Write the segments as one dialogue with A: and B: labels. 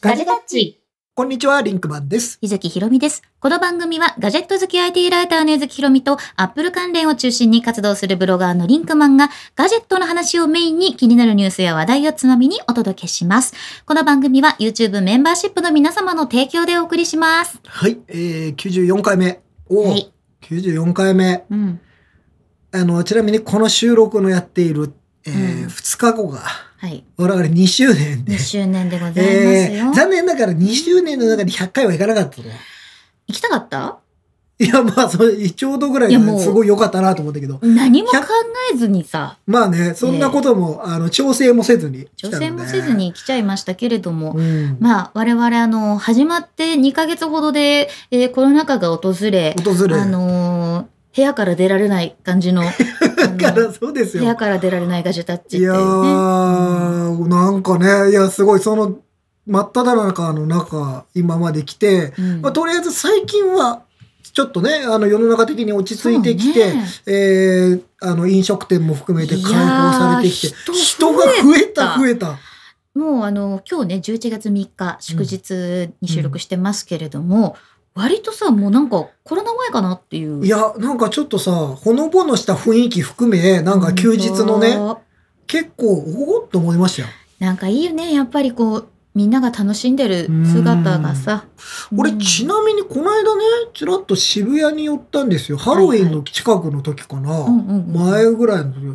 A: ガジェタッチ。
B: こんにちは、リンクマンです。
A: ゆずきひろみです。この番組はガジェット好き IT ライターのゆずきひろみとアップル関連を中心に活動するブロガーのリンクマンがガジェットの話をメインに気になるニュースや話題をつまみにお届けします。この番組は YouTube メンバーシップの皆様の提供でお送りします。
B: はい、えー、94回目。おー、
A: はい。
B: 94回目。
A: うん。
B: あの、ちなみにこの収録のやっている、えー
A: うん
B: 2日後が、
A: はい。
B: 我々2周年で
A: 2、周年でございますよ。
B: えー、残念ながら2周年の中に100回はいかなかったね。
A: 行きたかった
B: いや、まあ、それ、ちょうどぐらい
A: いやも
B: が
A: う
B: すごい良かったなと思ったけど。
A: 何も考えずにさ、
B: まあね、そんなことも、あの、調整もせずに来
A: 挑
B: たので。
A: 戦もせず。に来ちゃいましたけれども、
B: うん。
A: まあ、我々、あの、始まって2ヶ月ほどで、えーコロナ禍が訪れ、
B: 訪れ
A: あ
B: る。
A: のー部屋から出られない感じ の、あの
B: だから、そうです
A: 部
B: よ
A: 屋。から出られないガジェタッチっ
B: い
A: てい
B: や
A: うね。
B: ー、なんかね、いや、すごい、その、真っ只中の中、今まで来て、
A: うん
B: まあ、とりあえず最近は、ちょっとね、あの、世の中的に落ち着いてき
A: そ
B: て、
A: うね
B: えー、あの、飲食店も含めて開放されてきて
A: いや、ー
B: 人
A: 人が
B: が増
A: 増
B: え
A: え
B: た、
A: た
B: 増えた。
A: もう、あの、今日ね、11月3日、祝日に収録してますけれども、割とさ、もうなんか、コロナ前かなっていう。
B: いや、なんかちょっとさ、ほのぼのした雰囲気含め、なんか休日のね、
A: 本当。
B: 結構、おおっと思いましたよ。
A: なんかいいよね、やっぱりこう、みんなが楽しんでる姿がさ。
B: 俺
A: うん
B: ちなみにこの間ねちらっと渋谷に寄ったんですよハロウィンの近くの時かな、
A: うんうんうん
B: 前ぐらいの時い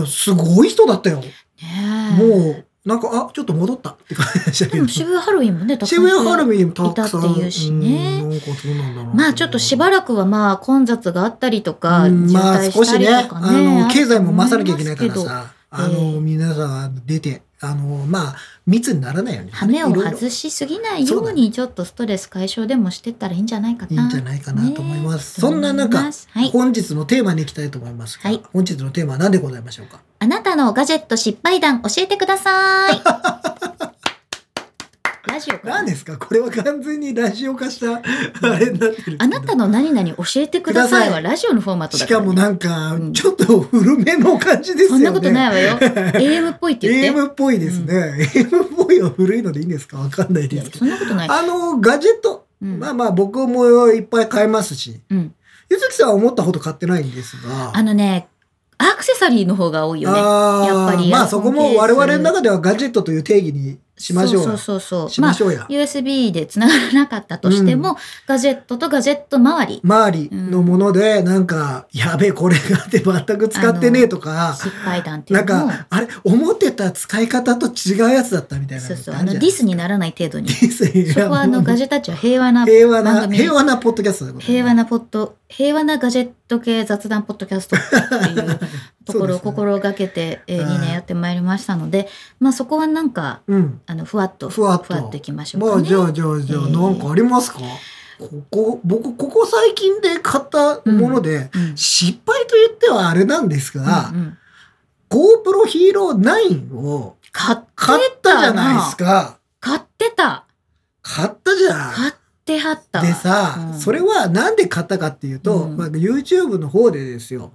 B: やすごい人だったよ、
A: ねえ
B: もうなんかあちょっと戻ったって感じでしたけ
A: で
B: ど
A: も渋谷ハロウィンもね、 たくさん
B: 渋谷ハロウィンたくさん
A: いたっていうしね
B: うんなんかそうなんだな
A: まあちょっとしばらくはまあ混雑があったりとか、
B: うん
A: 渋
B: まあ
A: 滞
B: 少
A: し
B: したね
A: りとかね。
B: あの経済も回さなきゃいけないから
A: あると思ます
B: さあの、
A: ええ
B: 皆さん出てあのまあ密にならないように
A: けど。羽目を
B: いろいろ
A: 外しすぎないようにちょっとストレス解消でもしてったらいいんじゃないか
B: い
A: な。
B: いんじゃないかなと思います、そんな
A: と思い
B: 中
A: ますはい。
B: 本日のテーマに行きたいと思いますが、
A: はい
B: 本日のテーマは何でございましょうか
A: あなたのガジェット失敗談教えてくださ い。ラジオか
B: 何
A: ら。
B: ですかこれは完全にラジオ化したあれになってる
A: あなたの何々教えてくださいはラジオのフォーマット
B: し
A: だか、
B: から
A: ね。
B: もなんか
A: うん
B: ちょっと古めの感じです
A: そ
B: よ
A: ん
B: ね
A: なことないいわ よ。AM っぽいって言って。
B: AM っぽいですね、AM っぽいは古いのでいいんですかわかんない
A: い
B: で
A: や
B: すけど
A: そんなことない。
B: あのガジェット、
A: うん
B: まあまあ僕もいっぱい買いますし
A: うん。
B: ゆずきさんは思ったほど買ってないんですが
A: あのね、アクセサリーの方が多いよね。
B: あー
A: やっぱり
B: まあ
A: エアコ
B: そ
A: ン
B: こも
A: ケース
B: 我々の中ではガジェットという定義にしましょう
A: そ
B: よ
A: うそうそう
B: し
A: そう。ま
B: ま
A: あ
B: し、ょうや、
A: USB で繋がらなかったとしても、ガジェットとガジェット周り、
B: 周りのもので、なんか、やべえ、これがあって全く使ってねえとか、
A: 失敗談ってい
B: な
A: う
B: ん
A: のも、
B: か、あれ、思ってた使い方と違うやつだったみたいな
A: そうそう、
B: の
A: あ
B: って
A: の、
B: る
A: デ
B: じ
A: ィ
B: ゃ
A: スにならない程度に。
B: ないですかディス
A: そこは、あ
B: いやも
A: の、
B: う
A: ガジェタッチは平和な、
B: 平和
A: 番
B: な、
A: 組
B: 平和なポッドキャストだことね
A: 平和なポッド、平和なガジェット系雑談ポッドキャストっていう ところを心がけて、えー、
B: はい
A: 2年やってまいりましたので、まあそこはなんか、
B: うん。
A: あの、ふわっと、
B: ふわっと
A: いきましょう
B: ま
A: か
B: あ、
A: ね。
B: じゃあ、じゃあ、じゃあ、
A: えー
B: なんかありますかここ、僕、ここ最近で買ったもので、
A: うん
B: 失敗と言ってはあれなんですが
A: う、んうん
B: GoPro Hero 9を
A: 買って
B: 買ったじゃないですか。
A: 買ってた
B: 買ったじゃん。
A: 買ってはったわ
B: でさ、
A: うん
B: それはなんで買ったかっていうと、
A: うん
B: まあ、YouTube の方でですよ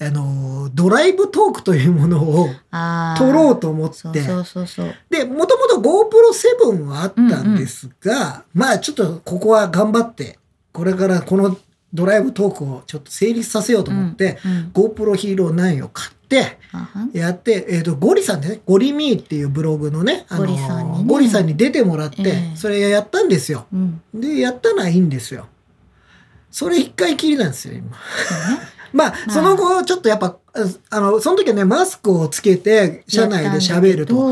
B: あのドライブトークというものを
A: あー
B: 撮ろうと思って
A: そうそうそうそう
B: でもともと GoPro7 はあったんですが、まあちょっとここは頑張ってこれからこのドライブトークをちょっと成立させようと思って、
A: うん
B: GoPro ヒーロー9を買って
A: あはん
B: やって、えー、とゴリさんでねゴリミーっていうブログのねあの
A: ゴリさんにね
B: ゴリさんに出てもらって、
A: ええ
B: それやったんですよ。
A: うん
B: で、やったのはいいんですよ。それ一回きりなんですよ、
A: そ
B: 今。
A: うね
B: まあ、
A: まあ
B: その後、ちょっとやっぱ、あの、その時はね、マスクをつけて、 車内で喋ると、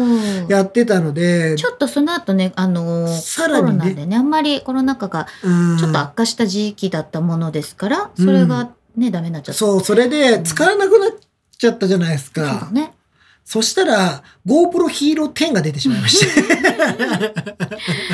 A: やっ
B: やってたので、
A: たんだけどちょっとその後ねあのー
B: さらに
A: コ
B: ね
A: ロナでねあんまりコロナ禍が
B: うん
A: ちょっと悪化した時期だったものですから、それがねダメになっちゃった
B: そう、それで、使わなくなっちゃったじゃないです
A: そう
B: か。
A: だね
B: そしたら、GoPro ヒーロー10が出てしまいました。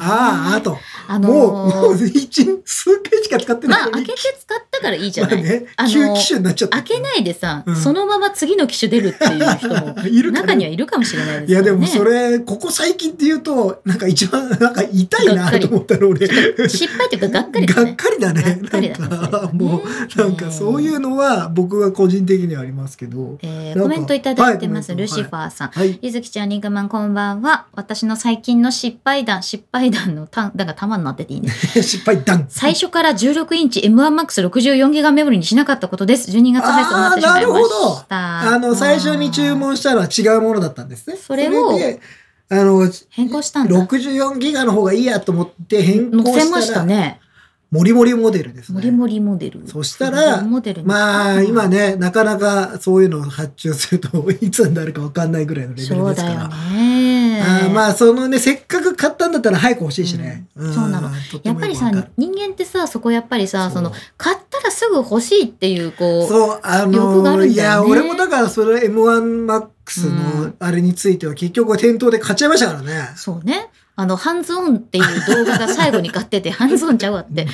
B: ああ、あと。
A: あのー
B: もう、もう、一日、数回しか使ってない
A: まあ
B: の
A: 開
B: に。
A: けて使ったからいいじゃない、
B: まあね
A: あのー
B: 旧機種になっちゃった。
A: 開けないでさ、
B: うん
A: そのまま次の機種出るっていう人も
B: いるかな
A: 中にはいるかもしれないです
B: いやでも
A: ね
B: それ、ここ最近って言うと、なんか一番、なんか痛いな
A: がっかり
B: と思ったの俺。
A: 失敗というかがっかりだ
B: が
A: ね
B: っかりだね。
A: がっかりだね
B: なんか、
A: それはね
B: もう、なんかそういうのは僕は個人的にはありますけど。
A: え
B: なんか
A: ー、コメントいただいてます、
B: はい
A: ルシファーさん。
B: はい。
A: ゆずきちゃん、リンクマン、こんばんは。私の最近の失敗談、失敗談のた、だから玉になってていい ね。
B: 失敗談。
A: 最初から16インチ M1MAX64GB メモリにしなかったことです。12月配送になってしまいました。
B: あの、最初に注
A: あー
B: 文したのは違うものだったんですね。
A: それを
B: で、あの、
A: 変更したんだ。
B: 64ギガの方がいいやと思って変更
A: 載せま
B: し
A: したた
B: ら、
A: ね。
B: モリモリモデルです
A: モリ
B: ね。
A: モリモデル。
B: そしたら
A: モリモリモデルに
B: まあ、今。ね、なかなかそういうのを発注すると、いつになるかわかんないぐらいのレベルですか
A: そ
B: ら。
A: うだよね。
B: あーまあ、そのね、せっかく買ったんだったら早く欲しいしね。
A: うんそうなの
B: とて
A: やっ
B: も
A: ぱ
B: よ
A: り
B: くわ
A: さ
B: かる、
A: 人間ってさ、そこやっぱりさ、その
B: そう、
A: 買ったらすぐ欲しいっていう、こう、
B: そう、あ
A: 欲があ
B: の
A: るん
B: い
A: だよね
B: や、俺もだから、それ M1MAX
A: う
B: の
A: ん
B: あれについては、結局店頭で買っちゃいましたからね。
A: そうね。あの、ハンズオンっていう動画が最後に買 ってて、ハンズオンちゃうわって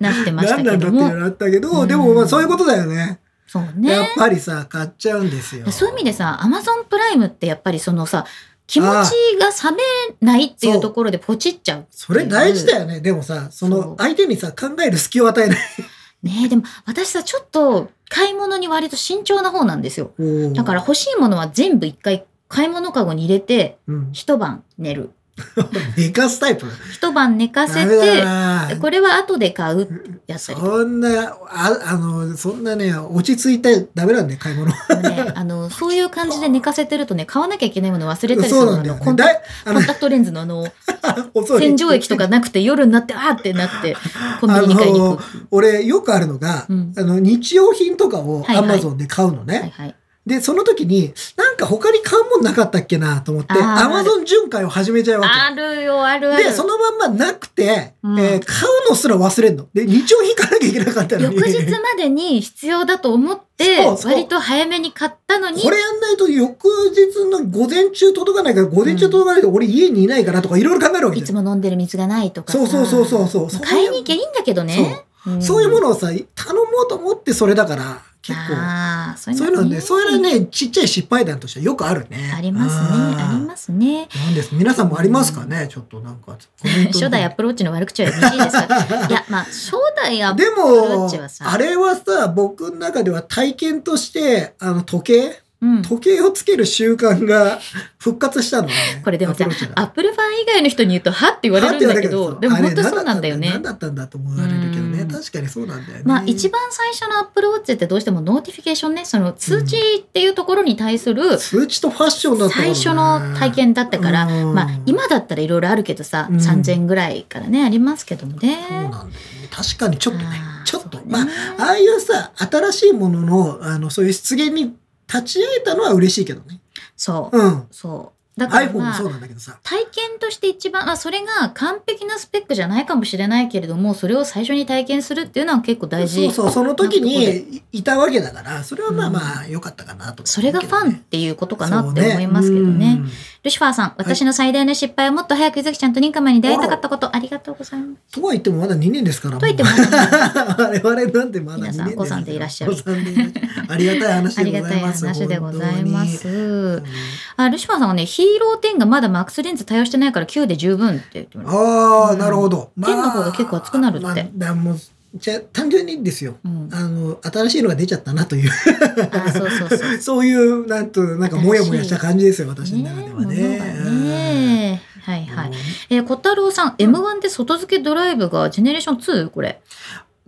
A: なってました
B: 何な
A: けど
B: んだっていう
A: も。
B: のあったけ
A: う
B: ど、
A: ん
B: でもまあそういうことだよね。
A: そう
B: やっ
A: ね。
B: ぱりさ、買っちゃうんですよ。
A: そういう意味でさ、アマゾンプライムってやっぱりそのさ、気持ちが冷めないっていうところでポチっちゃう。
B: それ大事だよね。でもさ、そ
A: そう
B: の相手にさ、考える隙を与えない。
A: ねえ、でも私さ、ちょっと買い物に割と慎重な方なんですよ。だから、欲しいものは全部一回買い物かごに入れて、
B: うん、
A: 一晩寝る。
B: 寝かすタイプ。
A: 一晩寝かせ
B: ダメだ
A: て、
B: な
A: これは後で買うってやったりとか
B: そんな、ああの、そんなね、落ち着いてダメなんだよ、買い物。
A: でもね、あの、そういう感じで寝かせてるとね、買わなきゃいけないもの忘れたりす
B: そ
A: る
B: うな
A: の
B: んだよ、
A: よ。
B: ね。
A: コンタ
B: だいあ
A: コ
B: の
A: ンタクトレンズのあの、
B: 遅い
A: 洗浄液とかなくて夜になって、あーってなって、コンビニに買いに行く。
B: 俺よくあるのが、
A: うん
B: あの日用品とかを
A: はい
B: ア
A: はい
B: マゾンで買うのね、
A: はいはい。
B: でその時になんか他に買うもんなかったっけなと思って
A: あー
B: アマゾン巡回を始めちゃうわ
A: あるよ、あるあ
B: け
A: る。
B: でそのまんまなくて、
A: うん
B: えー買うのすら忘れんので日用品買わなきゃいけなかったのに
A: 翌日までに必要だと思って
B: そう、そう
A: 割と早めに買ったのに
B: こ、れやんないと翌日の午前中届かないから午前中届かないと俺家にいないからとかいろいろ考えるわけ
A: い
B: で
A: つ
B: す
A: も飲んでる水がないとかさ。
B: そうそうそうそうそうそういう
A: 買いに行きゃいいんだけどね。ん
B: そういうものをさ頼もうと思ってそれだから結構
A: ああ、そう
B: そうい
A: いう
B: の
A: うの
B: ねそういうのねちっちゃい失敗談としてはよくあるね
A: ありますね、
B: うん
A: ありますね。
B: なんです。皆さんもありますかね、ちょっとなんか。コメント
A: 初代アプローチの悪口は NG ですから。いや、まあ、初代アプ
B: で
A: ロー
B: も
A: チは、さ、
B: あれはさ、僕の中では体験として、あの、時計
A: うん、
B: 時計をつける習慣が 復活したのね。
A: これでもさ
B: アプローチ、が
A: アップルファン以外の人に言うと、はって言われるんだけど、でも本当そうなんだよね
B: 何。だったんだと思われるけどね。
A: うん
B: 確かにそうなんだよね。
A: まあ、一番最初のアップルウォッチってどうしてもノーティフィケーションね、その通知っていうところに対する
B: 数値とファッションだったから
A: 最
B: ね
A: 初の体。験だったから、
B: うん
A: まあ、今だったらいろいろあるけどさ、
B: うん
A: 3000ぐらいからね、ありますけどもね。
B: そうなんだよね。確かにちょっとね
A: あー、
B: ちょっと、
A: そうね
B: まあ、ああいうさ、新しいものの、あの、そういう出現に立ち会えたのは嬉しいけどね。
A: そう、
B: うん。
A: そう。だから
B: iPhone
A: ま
B: も
A: あ
B: そうなんだけどさ。
A: 体験として一番、まあ、それが完璧なスペックじゃないかもしれないけれどもそれを最初に体験するっていうのは結構大事
B: そうそう、その時
A: なところで
B: にいたわけだから、それはま
A: う
B: あ
A: ん
B: まあ良かったかなと、
A: それがファンっていうことかなって
B: そう
A: 思いますけどね。
B: うん
A: ルシファーさん、私の最大の失敗はもっと早くゆずきちゃんとリンカマンに出会いたかったことありがとうございます。
B: とは言ってもまだ2年ですから。
A: と言っても
B: もう
A: まだ
B: 我々なんてまだ2
A: 皆
B: 年
A: さん
B: です
A: ご参でいらっしゃる
B: ご参でいらっしゃるありがたい話
A: あり
B: で
A: が
B: ご
A: た
B: ざ
A: い
B: います。
A: 話でございま
B: 本
A: す
B: 当。に。
A: あルシファーさんはね、ヒーロー10がまだマックスレンズ対応してないから9で十分って言ってます。
B: ああ、
A: うん
B: なるほど。
A: 天の方が結構熱くなるって
B: まあだもうじゃあ単純にですよ。
A: うん、あ
B: あの新しいのが出ちゃったなという
A: そうそうそう。
B: そういうなんとなんかモヤモヤした感じですよ 私の中ではね。
A: ねえものがね。はい
B: うん
A: はい。えー、小太郎さん、M1 で外付けドライブがジェネレーション 2? これ。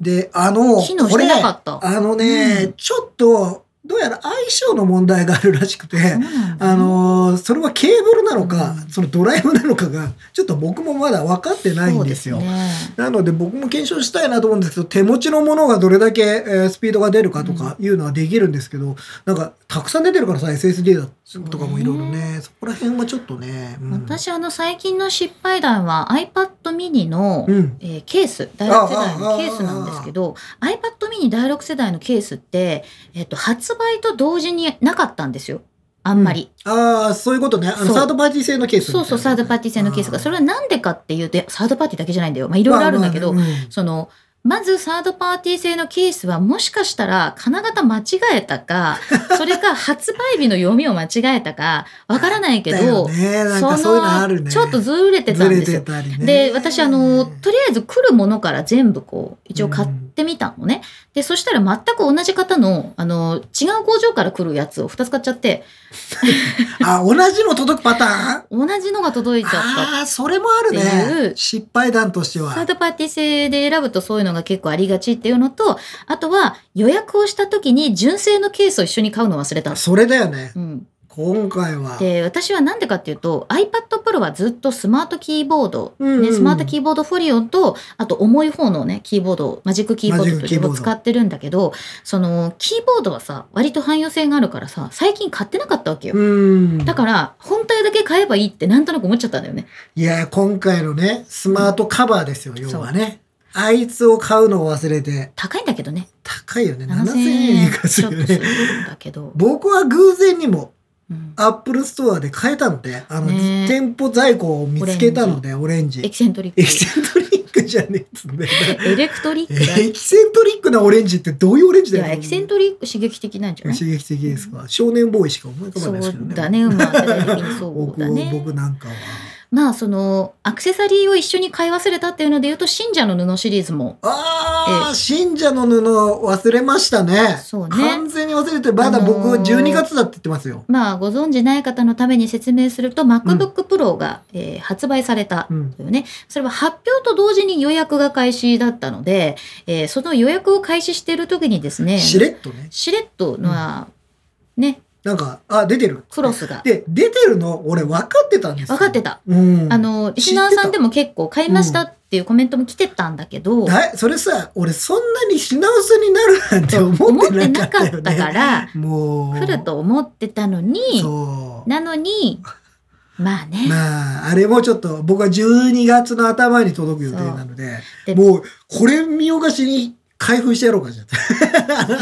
B: で、あの、
A: 機能し
B: これ
A: てな
B: ね
A: かった。
B: あのね、
A: う
B: ちょっと、どうやら相性の問題があるらしくて
A: そう、なんだ
B: あのーそれはケーブルなのか、
A: うん
B: そのドライブなのかが、ちょっと僕もまだ分かってないんですよ。
A: そうね
B: なので僕も検証したいなと思うんですけど、手持ちのものがどれだけ、えースピードが出るかとかいうのはできるんですけど、なんかたくさん出てるからさ、SSD だとかもいろいろね、そこら辺はちょっとね。うん、
A: 私あの最近の失敗談は iPad mini の、
B: うん。
A: えーケース第6世代のケースなんですけど iPad mini 第6世代のケースって、えっと発売と同時になかったんですよあんまり、
B: ああ、そういうことね。あ
A: そう
B: の、サードパーティー製のケースみたい
A: そ
B: な
A: うそうサードパーティー製のケースがそれはなんでかっていうといやサードパーティーだけじゃないんだよまあい
B: い
A: ろいろあるんだけど、
B: まあまあうん
A: そのまずサードパーティー製のケースはもしかしたら金型間違えた かそれか発売日の読みを間違えたかわからないけ
B: だ
A: ど、
B: よね、なん
A: そ
B: かそういうのある
A: の
B: ね。
A: ちょっとずれてたんですよ
B: ずれてたりね
A: で私あのとりあえず来るものから全部こう一応買っってみたのね。で、そしたら全く同じ方の、あの、違う工場から来るやつを2つ買っちゃって、
B: あ、同じの届くパターン
A: 同じのが届いちゃった。
B: ああ、それもある
A: ってい
B: ね。
A: う
B: 失敗談としては
A: サ。ードパーティー製で選ぶとそういうのが結構ありがちっていうのと、あとは予約をした時に純正のケースを一緒に買うの忘れたの。
B: それだよね。
A: うん、
B: 今回は。
A: で私はなんでかっていうと iPad Pro はずっとスマートキーボード、
B: うん
A: ね、スマートキーボードフォリオとあと重い方のねキーボードマジックキーボード
B: マジッ
A: と
B: クキー
A: 両
B: ボー
A: 方
B: ド
A: 使ってるんだけどそのキーボードはさ割と汎用性があるからさ最近買ってなかったわけよ、
B: うん。
A: だから本体だけ買えばいいってなんとなく思っちゃったんだよね
B: いや、今回のね、スマートカバーですよ、要はね。あいつを買うのを忘れて。
A: 高いんだけどね
B: 高いよね。
A: 7000
B: 7000
A: 円
B: 円以
A: ちょ
B: 下
A: っとす
B: す
A: る
B: るよね。
A: んだけど、
B: 僕は偶然にも、
A: うん、
B: アップルストアで買えたので、あの、
A: ねえ
B: 店舗在庫を見つけたので、オレンジ。
A: エキセントリッ
B: エキ
A: ク
B: セントリックじゃねえっつうんだよな
A: エレクトリック だ
B: エキセントリックなオレンジってどういうオレン
A: い
B: ジだよ
A: やエキセントリック刺激的なんじゃない
B: 刺激的ですか、少年ボーイしか思い浮かば
A: そ
B: ないですけど
A: う
B: ね。
A: だね、まあ、世代的にそう
B: 僕
A: だね。
B: 僕なんかは。
A: まあそのアクセサリーを一緒に買い忘れたっていうので言うと信者の布シリーズも
B: ああ、信者の布忘れましたね。
A: そうね
B: 完全に忘れて、まだ
A: あ
B: 僕
A: のー
B: 12月だって言ってますよ。
A: まあご存じない方のために説明すると MacBook Pro が、えー発売された
B: うん。
A: というねそれは発表と同時に予約が開始だったので、えーその予約を開始している時にですね
B: しれっとね。
A: しれっとのは、ね
B: なんか、あ、出てる。
A: クロスが
B: で、出てるの、俺分かってたんですよ。
A: 分かってた。
B: うん。
A: あのリスナーさんでも結構買いましたっていうコメントも来てたんだけど、
B: だいそれさ、俺そんなに品薄になるなんて思
A: 思
B: っ
A: って
B: てな
A: な
B: か
A: か
B: った
A: っ
B: よ
A: た
B: ね。
A: から
B: もう。
A: 来ると思ってたのに。
B: そう。
A: なのに、まあね。
B: まあ、あれもちょっと、僕は12月の頭に届く予定なので、
A: で
B: もう、これ見よがしに開封してやろうかじゃ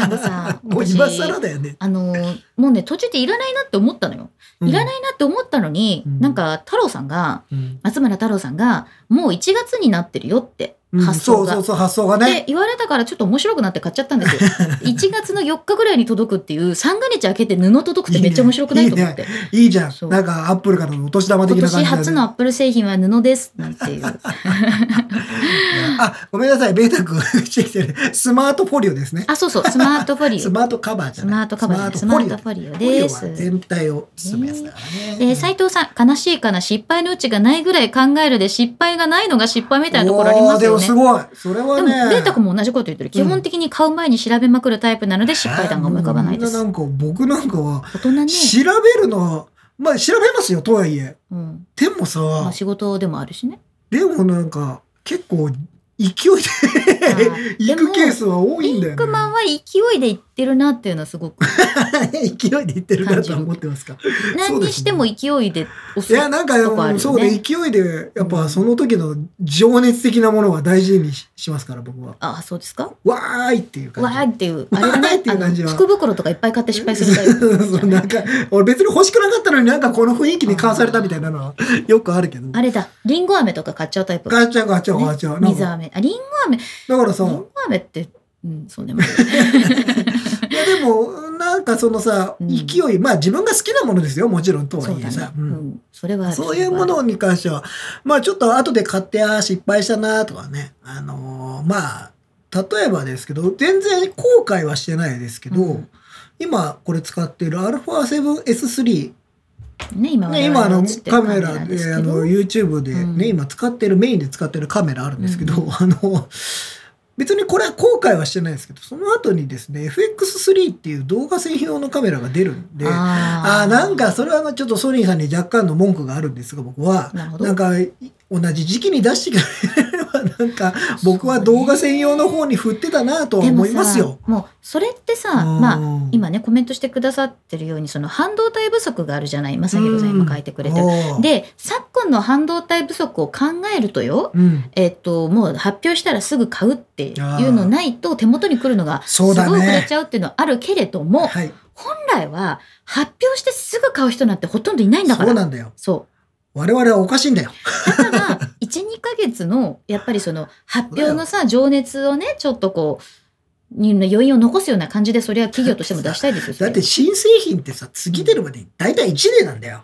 A: あのさ
B: ん。もう
A: 私
B: 今更だよね。
A: あのもうね、途中でいらないなって思ったのよ。いら
B: い、
A: ないなって思ったのに、
B: うん
A: なんか太郎さんが、
B: うん
A: 松村太郎さんが、もう1月になってるよって、
B: うん
A: 発想が。
B: そうそうそう、発想が
A: って
B: ね。
A: 言われたからちょっと面白くなって買っちゃったんですよ。1月 の4日ぐらいに届くっていう、三が日開けて布届くってめっちゃ面白くないと思って。
B: いいじゃ。
A: そうん
B: なんか、アップルからのお年玉
A: 今
B: 的な感
A: 年
B: じだね
A: 初のアップル製品は布です。なんていう。
B: あ、ごめんなさい、ベータ君 してきてる。スマートフォリオですね。
A: あ、そう そう、スマートフォリ
B: ス
A: オ。
B: マートカバーじ
A: ス
B: ゃな
A: マー
B: い。
A: トカバーです。ス
B: スマ
A: マ
B: ー
A: ー
B: ト
A: ト
B: フ
A: フォリオ
B: ォリオ。
A: で
B: フォ
A: す
B: リオ。は全体を進むやつだからね。
A: えー斉藤さん、悲しいかな、失敗のうちがないぐらい考えるで、失敗がないのが失敗みたいなところありますよ
B: おーでも
A: ね。
B: す
A: でも、
B: ごい。それはね。
A: ベータ君も同じこと言ってる。基本的に買う前に調べまくるタイプなので、失敗談が思い浮かばないです。
B: あー
A: 大
B: もうみんななんか、僕なんかは、
A: 人ね。
B: 調べるの、まあ調べますよ、とはいえ。
A: うん。
B: でも
A: ま
B: さ
A: あ、、仕事でもあるしね。
B: でもなんか、結構、勢い
A: あ
B: で
A: ー
B: 行くケースは多いんだ
A: リ
B: よね。
A: ンクマンは勢いでいってるなっていうのはすごく。
B: 勢いで行ってるなとは思ってますか。
A: 何にしても勢いで押
B: い
A: す。
B: や、なんか、
A: とこあるよね
B: そうで、勢いで、や
A: う
B: っぱ
A: ん
B: その時の情熱的なものは大事にししますから、僕は。
A: ああ、そうですか
B: わーいっていう
A: わー
B: 感
A: っていう、あれ だ
B: わー
A: ね
B: って、い
A: あ
B: う
A: の、
B: 感じは
A: 福袋とかいっぱい買って失敗す
B: じ。
A: るタイ
B: そう
A: プ。
B: なんか、俺別に欲しくなかったのになんかこの雰囲気に買わされたみたいなのはよくあるけど。
A: あれだ、リンゴ飴とか買っちゃうタイプ。
B: ガチャガチャガチャ。なん
A: 水
B: か
A: 飴。あ、リンゴ飴。
B: だからさ、
A: リンゴ飴って、うん、 そうね。まあ
B: いやでも、なんかそのさ、
A: うん
B: 勢い、まあ自分が好きなものですよ、もちろんとは
A: そ
B: いうえ
A: だね
B: さ。。
A: う
B: うん
A: ん。それはある
B: そういうものに関しては、まあちょっと後で買って、ああ、失敗したなとかね。あのーまあ、例えばですけど、全然後悔はしてないですけど、
A: うん
B: 今これ使っている α7S3、
A: ね、今
B: ね、今あの
A: 映ってる
B: カメラで、あの YouTube でね、
A: うん
B: 今使ってる、メインで使ってるカメラあるんですけど、
A: うん
B: あの、別にこれは後悔はしてないですけど、その後にですね、FX3 っていう動画専用のカメラが出るんで、あ
A: あー
B: あなんかそれはまあちょっとソニーさんに若干の文句があるんですが僕は
A: なるほど
B: なんかい同じ時期に出してくれればなんか僕は動画専用の方に振ってたなとは
A: でも
B: 思
A: さ
B: いますよ。
A: もうそれってさ、
B: うん
A: まあ今ねコメントしてくださってるようにその半導体不足があるじゃない正弘さん今書いてくれてる。
B: おー
A: で昨今の半導体不足を考えるとよ、
B: うん、
A: えっともう発表したらすぐ買うっていうのないと手元に来るのがす
B: そ
A: ごいう
B: だね
A: 遅れちゃうっていうのはあるけれども、
B: はい
A: 本来は発表してすぐ買う人なんてほとんどいないんだか
B: そう
A: ら。
B: なんだよ
A: そう
B: 我々はおかしいんだよ。
A: だから、1、2ヶ 月の、やっぱりその、発表のさ、情熱をね、ちょっとこう、に余韻を残すような感じで、それは企業としても出したいですよ。それ
B: だって新製品ってさ次出るまで大体1年なんだよ。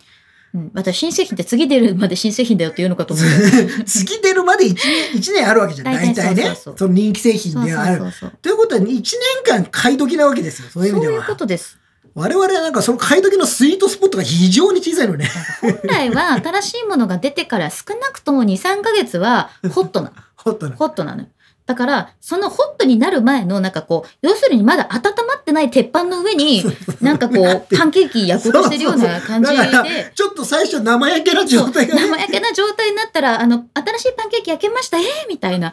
A: うん、また新製品って次出るまで新製品だよって言うのかと思う
B: 次出るまで 1, 年一年あるわけじゃん
A: 大
B: 大
A: 体
B: 体ね
A: そうそうそう
B: その人気製
A: そ
B: 品
A: う
B: であ
A: そう
B: る
A: そうそう
B: ということは1年間買い時なわけですよそういう意
A: そ
B: 味
A: う
B: で
A: いう
B: は
A: ことです
B: 我々はなんかその買い時のスイートスポットが非常に小さいの ね
A: 本来は新しいものが出てから少なくとも23ヶ月はホットな
B: ホットな
A: ホットなのよだからそのホットになる前のなんかこう要するにまだ温まってない鉄板の上になんかこうパンケーキ焼こうとしてるような感じで
B: だからちょっと最初生焼けな状態がね
A: 生焼けな状態になったらあの新しいパンケーキ焼けましたえー、みたいな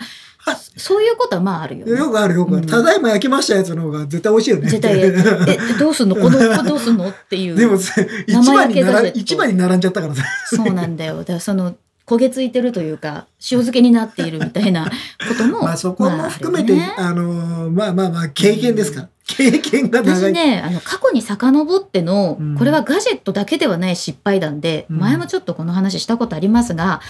A: そういうことはまああるよね。
B: よくあるよくある、
A: うん
B: ただいま焼けましたやつの方が絶対美味しいよね
A: 絶対えどうすんのこの子どうすんのっていう
B: でもさ一
A: 生
B: 番
A: 焼
B: に
A: けだ
B: 並
A: ぜ
B: ん一番に並んじゃったからさ
A: そうなんだよだからその焦げついてるというか塩漬けになっているみたいなことも
B: まあそこ
A: ま
B: も
A: あ
B: 含めて、
A: あるよね
B: あのーまあまあまあ経験ですから、経験が長
A: 私
B: い、
A: ねあの過去に遡っての、
B: うん
A: これはガジェットだけではない失敗談で、
B: うん
A: 前もちょっとこの話したことありますが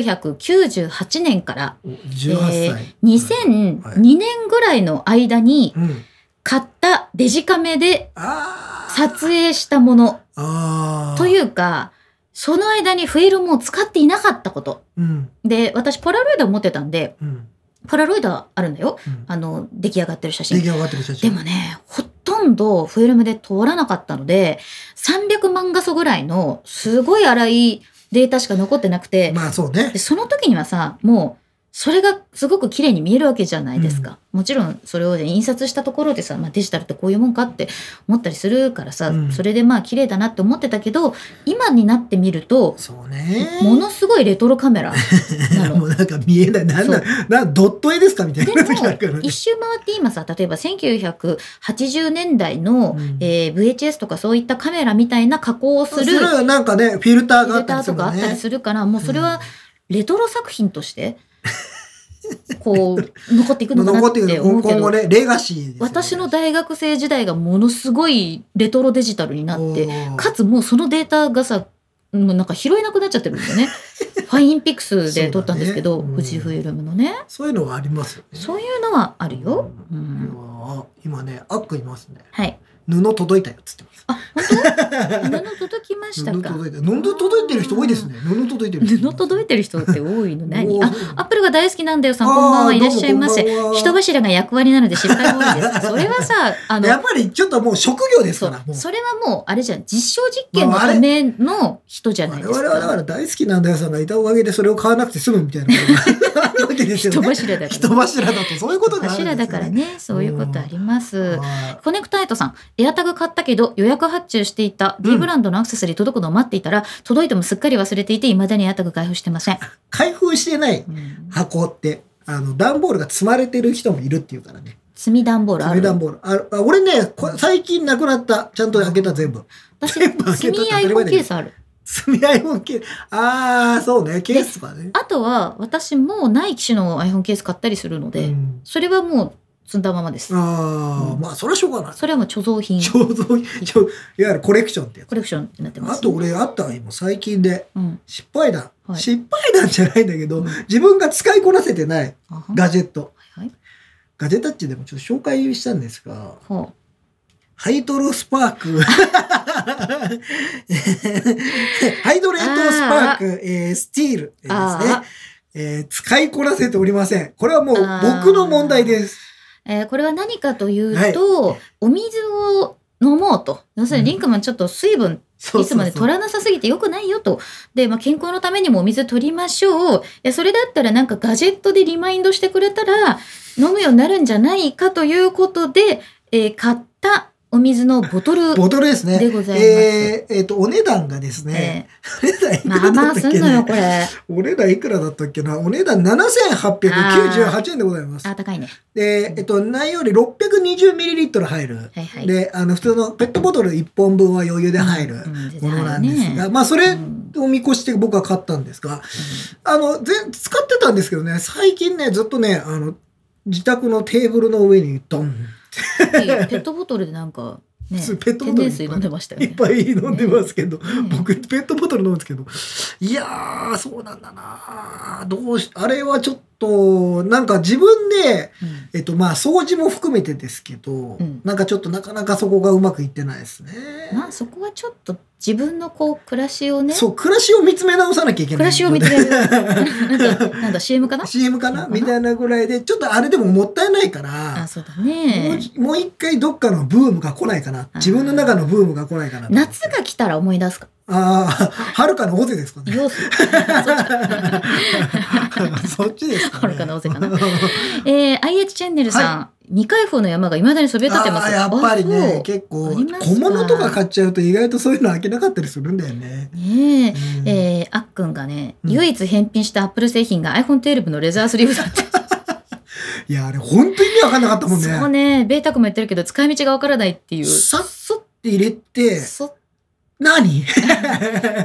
A: 1998年から
B: 18歳、
A: え2002
B: はい
A: 年ぐらいの間に
B: うん、
A: 買ったデジカメで
B: あー
A: 撮影したもの
B: あ、
A: といううかその間にフィルムを使っていなかったこと
B: うん
A: で私ポラロイドを持ってたんで
B: うん
A: ポラロイドはあるんだよ
B: うん、
A: あの出来上がってる写
B: 出
A: 真
B: 来上がってる写真
A: でもねほとんどフィルムで通らなかったので300万画素ぐらいのすごい荒いデータしか残ってなくて、
B: まあそうね
A: でその時にはさもうそれがすごく綺麗に見えるわけじゃないですか、もちろんそれをね、印刷したところでさ、まあ、デジタルってこういうもんかって思ったりするからさ、
B: うん
A: それでまあ綺麗だなって思ってたけど今になってみると
B: そうね
A: ものすごいレトロカメラな
B: も
A: の。
B: うなんか見えないなんだなんドット絵ですかみたい
A: で
B: な時あるから
A: も
B: ね
A: 一周回って今さ例えば1980年代の、
B: うん
A: えー VHS とかそういったカメラみたいな加工をす
B: す
A: るフ
B: るなんかねフィルターが
A: ィ
B: あっ
A: ルタ
B: たり
A: ーと
B: する
A: かあ
B: の
A: ったり
B: ね
A: するからもうそれはレトロ作品としてこう 残っていく
B: まあ
A: のかな
B: 残
A: っ
B: っていく
A: て
B: る
A: 思う
B: 今
A: けど、
B: 後ねレガシーですよね
A: 私の大学生時代がものすごいレトロデジタルになって
B: おー
A: かつもうそのデータがさもうなんか拾えなくなっちゃってるんだよ ねファインピクスで撮ったんですけ
B: そ
A: ど、
B: うだねうん
A: 富士フイルムのね
B: そういうのはありますよね
A: そういうのはあるよ、う
B: いや
A: ん、
B: ー今ねあっくんいますね
A: はい
B: 布届いたよっつってます
A: あ本当布届きました
B: 布
A: か
B: 届いて布届いてる人多いですね布届いてる人
A: 布届いてる人って多いの何
B: おー
A: あアップルが大好きなんだよさんこんばんはいらっしゃいませ
B: あーどうもこんばんは
A: 人柱が役割なので失敗が多い ですそれはさあの
B: やっぱりちょっともう職業です
A: そ
B: からも
A: う
B: う
A: それはもうあれじゃん実証実験の
B: まああれ
A: ための人じゃない
B: 我
A: です
B: 々はだか
A: から
B: 大好きなんだよさんがいたおかげでそれを買わなくて済むみたいなことがあるわけですよ
A: 人
B: ね
A: 柱だから
B: 人柱だとそういうことがあるんで
A: 柱
B: すよ
A: だからねそういうことあります
B: は
A: コネクタエイトさん、エアタグ買ったけど予約発注していた D ブランドのアクセサリー届くのを待っていたら、届いてもすっかり忘れていて、未だにエアタグ開封してません。
B: い開封してない
A: うん
B: 箱ってあの段ボールが積まれてる人もいるっていうからね
A: 積み段ボールあ
B: 積
A: る
B: み。段ボールああ俺ねこ最近なくなったちゃんと開けた全部
A: 私、
B: 全部開け
A: 積
B: た
A: み iPhone ケースある。
B: 積み iPhone ケースああそうねケースとかね
A: あとは、私もうない機種の iPhone ケース買ったりするので、
B: うん
A: それはもう積んだままです。
B: ああ、
A: うん
B: まあそれはしょうがない
A: それはもう貯蔵品、
B: ちょうどいいちょいわゆるコレクションってやつ
A: コレクションになってま
B: あ
A: す、
B: と俺あったわ今最近で
A: うん。
B: 失敗談、
A: はい
B: 失敗談じゃないんだけど、
A: うん
B: 自分が使いこなせてない
A: あは
B: ガジェット
A: はいはい
B: ガジェタッチでもちょっと紹介したんですが
A: ほ
B: ハイドロスパーク ハイドレートスパークえースティールえ
A: う
B: ー
A: あ
B: ですね
A: あ、
B: えー使いこなせておりませんこれはもう
A: あー
B: 僕の問題です
A: えーこれは何かというと、お水を飲もうと。要するにリンクマンちょっと水分
B: そう
A: いつまで取
B: ら
A: らなさすぎてよくないよと。で、まあ、健康のためにもお水取りましょう。えそれだったらなんかガジェットでリマインドしてくれたら飲むようになるんじゃないかということで、えー買ったお水のボトル
B: ボトルですね
A: でございます。
B: えーえーとお値段がですね、お値段い
A: えー
B: く
A: まあ
B: ら
A: ま
B: だ
A: あ
B: ったっ
A: す
B: け
A: ん
B: ね
A: のよ、これ。
B: お値段いくらだったっけなお値段7898円でございます
A: あ、。高いね。
B: で、えっと、内容量620ミリリットル入る。
A: はいはい。
B: で、あの、普通のペットボトル1本分は余裕で入る
A: うんうん
B: ものなんですが、
A: ね
B: まあ、そ
A: うん
B: れ
A: うん
B: を見越して僕は買ったんですが、あの、全使ってたんですけどね、最近ね、ずっとね、あの、自宅のテーブルの上にドン、
A: ペットボトルでなんか、 ね、
B: 普通ペットボ
A: 天
B: ト
A: 然
B: ルい
A: 水
B: っ
A: 飲ん
B: ぱい
A: でましたよ
B: いっ
A: ね。
B: ぱい飲んでますけど、
A: ね
B: 僕ペットボトル飲むんですけどいやーそうなんだなどうしあれはちょっと、なんか自分で、
A: うん
B: えっと、まあ、掃除も含めてですけど、
A: うん
B: なんかちょっとなかなかそこがうまくいってないですね。
A: まあそこはちょっと自分のこう暮らしをね
B: そう、暮らしを見つめ直さなきゃい けな
A: 暮
B: い。
A: らしを見つめるなんかなんだ CM かな
B: CM かな
A: のかな
B: みたいなぐらいで、ちょっとあれでももったいないか
A: あ
B: ら、
A: そうだね
B: もう一もう一回どっかのブームが来ないかな。自分の中のブームが来ないかな。
A: 夏が来たら思い出すか。
B: ああ、はるかの尾瀬ですか ね。
A: 要 素。そっちか
B: そっちですかね。
A: はるかの尾瀬かなえー、IH チャンネルさん、未開放の山がいまだにそびえ立ってま
B: ああ
A: す。
B: やっぱり
A: あ
B: ね
A: そう
B: 結構
A: ありますか
B: 小物とか買っちゃうと意外とそういうの開けなかったりするんだよね。
A: ね
B: うん
A: え、えー、あっくんがね、
B: うん
A: 唯一返品したアップル製品が iPhone12 のレザースリーブだった。
B: いやあれ本当に意味わかんなかったもんね。
A: そうね、ベータクも言ってるけど、使い道がわからないっていう。
B: さっ
A: そ
B: で入れて
A: そっ
B: 何 い
A: い